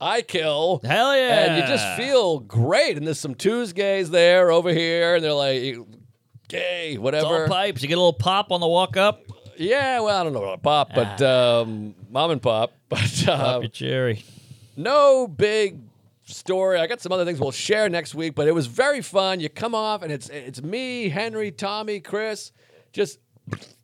Speaker 3: I kill.
Speaker 2: Hell yeah.
Speaker 3: And you just feel great. And there's some Tuesdays there over here, and they're like, gay,
Speaker 2: it's all
Speaker 3: whatever.
Speaker 2: pipes. You get a little pop on the walk up.
Speaker 3: Yeah, well, I don't know about pop, but
Speaker 2: Ah.
Speaker 3: um, mom and pop. [laughs] But
Speaker 2: Pop
Speaker 3: um,
Speaker 2: your cherry.
Speaker 3: no big story. I got some other things we'll share next week, but it was very fun. You come off and it's it's me, Henry, Tommy, Chris, just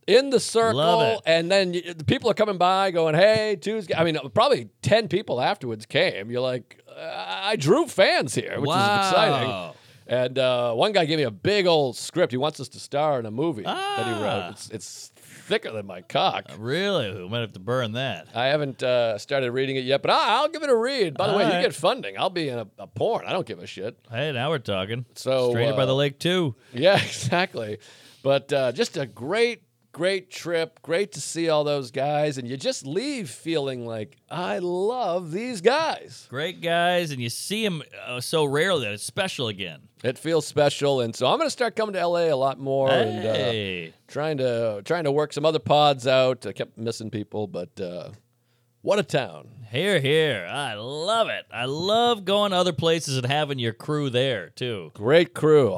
Speaker 3: in the
Speaker 2: Love
Speaker 3: circle,
Speaker 2: it.
Speaker 3: and then you, the people are coming by going, "Hey, Tuesday." I mean, probably ten people afterwards came. You're like, uh, I drew fans here, which
Speaker 2: wow.
Speaker 3: is exciting. And uh, one guy gave me a big old script. He wants us to star in a movie that he
Speaker 2: Ah.
Speaker 3: wrote. It's, it's thicker than my cock.
Speaker 2: Really? We might have to burn that.
Speaker 3: I haven't uh, started reading it yet, but I'll, I'll give it a read. By the
Speaker 2: All
Speaker 3: way,
Speaker 2: right.
Speaker 3: you get funding. I'll be in a, a porn. I don't give a shit.
Speaker 2: Hey, now we're talking.
Speaker 3: So,
Speaker 2: Stranded by
Speaker 3: uh,
Speaker 2: the lake too.
Speaker 3: [laughs] Yeah, exactly. But uh, just a great, great trip. Great to see all those guys, and you just leave feeling like I love these guys.
Speaker 2: Great guys, and you see him uh, so rarely that it's special again.
Speaker 3: It feels special, and so I'm going to start coming to LA a lot more and uh,
Speaker 2: Hey,
Speaker 3: trying to trying to work some other pods out. I kept missing people, but uh, what a town!
Speaker 2: here, here! I love it. I love going to other places and having your crew there too.
Speaker 3: Great crew.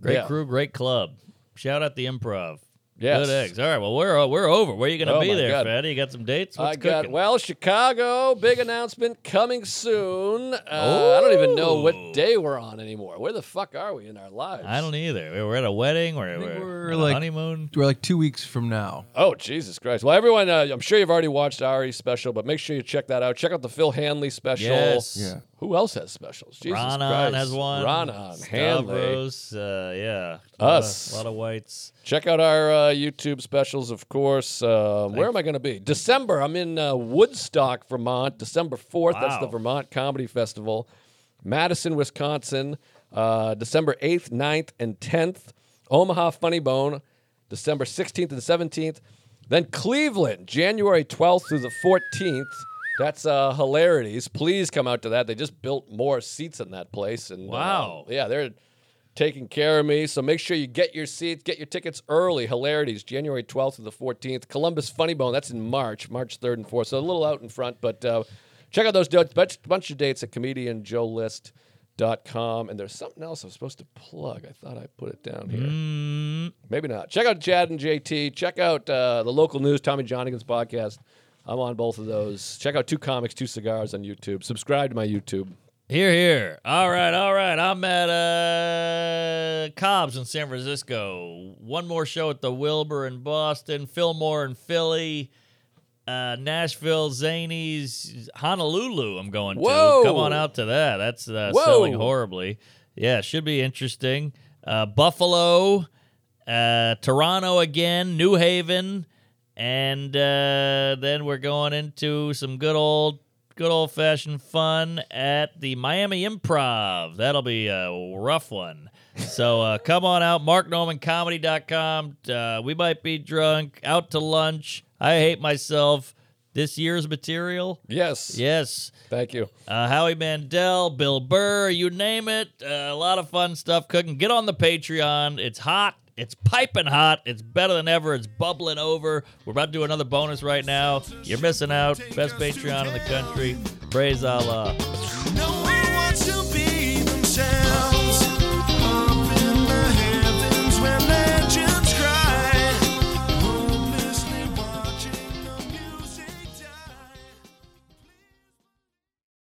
Speaker 2: Great
Speaker 3: Yeah.
Speaker 2: crew, great club. Shout out the improv.
Speaker 3: Yes.
Speaker 2: Good eggs. All right. Well, we're uh, we're over. Where are you going to
Speaker 3: Oh,
Speaker 2: be
Speaker 3: my
Speaker 2: there,
Speaker 3: God.
Speaker 2: Fatty? You got some dates?
Speaker 3: I
Speaker 2: What's
Speaker 3: got
Speaker 2: cooking?
Speaker 3: well, Chicago, big announcement coming soon. Uh, I don't even know
Speaker 2: Ooh.
Speaker 3: what day we're on anymore. Where the fuck are we in our lives?
Speaker 2: Oh. I don't either. We We're at a wedding. We're, we're,
Speaker 4: think we're
Speaker 2: on a
Speaker 4: like-
Speaker 2: honeymoon.
Speaker 4: We're like two weeks from now.
Speaker 3: Oh Jesus Christ! Well, everyone, uh, I'm sure you've already watched Ari's special, but make sure you check that out. Check out the Phil Hanley special.
Speaker 2: Yes.
Speaker 4: Yeah.
Speaker 3: Who else has specials? Jesus
Speaker 2: Ronan
Speaker 3: Christ.
Speaker 2: has one.
Speaker 3: Ronan Hanley.
Speaker 2: Stavros, uh, yeah.
Speaker 3: Us.
Speaker 2: A lot of, whites.
Speaker 3: Check out our uh, YouTube specials, of course. Uh, where am I going to be? December. I'm in uh, Woodstock, Vermont. December 4th. That's the
Speaker 2: Wow.
Speaker 3: Vermont Comedy Festival. Madison, Wisconsin. Uh, December 8th, 9th, and 10th. Omaha Funny Bone. December 16th and 17th. Then Cleveland, January 12th through the 14th. That's uh, hilarities. Please come out to that. They just built more seats in that place. And uh,
Speaker 2: Wow.
Speaker 3: yeah, they're taking care of me. So make sure you get your seats, get your tickets early. Hilarities, January 12th to the 14th. Columbus Funny Bone, that's in March, March 3rd and 4th. So a little out in front, but uh, check out those dates, bunch, bunch of dates at comedianjoelist.com. And there's something else I'm supposed to plug. I thought I put it down here. Maybe not. Check out Chad and JT. Check out uh, the local news, Tommy Johnigan's podcast. I'm on both of those. Check out Two Comics, Two Cigars on YouTube. Subscribe to my YouTube.
Speaker 2: Here, here. All right, all right. I'm at uh, Cobb's in San Francisco. One more show at the Wilbur in Boston, Fillmore in Philly, uh, Nashville, Zanies, Honolulu. I'm going
Speaker 3: Whoa.
Speaker 2: to. Come on out to that. That's uh,
Speaker 3: Whoa.
Speaker 2: selling horribly. Yeah, should be interesting. Uh, Buffalo, uh, Toronto again, New Haven, and uh, then we're going into some good old, good old fashioned fun at the Miami Improv. That'll be a rough one. So uh, [laughs] come on out, marknormancomedy.com. Uh, we might be drunk, out to lunch. I hate myself. This year's material.
Speaker 3: Yes.
Speaker 2: Yes.
Speaker 3: Thank you.
Speaker 2: Uh, Howie Mandel, Bill Burr, you name it. Uh, a lot of fun stuff cooking. Get on the Patreon. It's hot. It's piping hot. It's better than ever. It's bubbling over. We're about to do another bonus right now. You're missing out. Best Patreon in the country. Praise Allah.
Speaker 1: No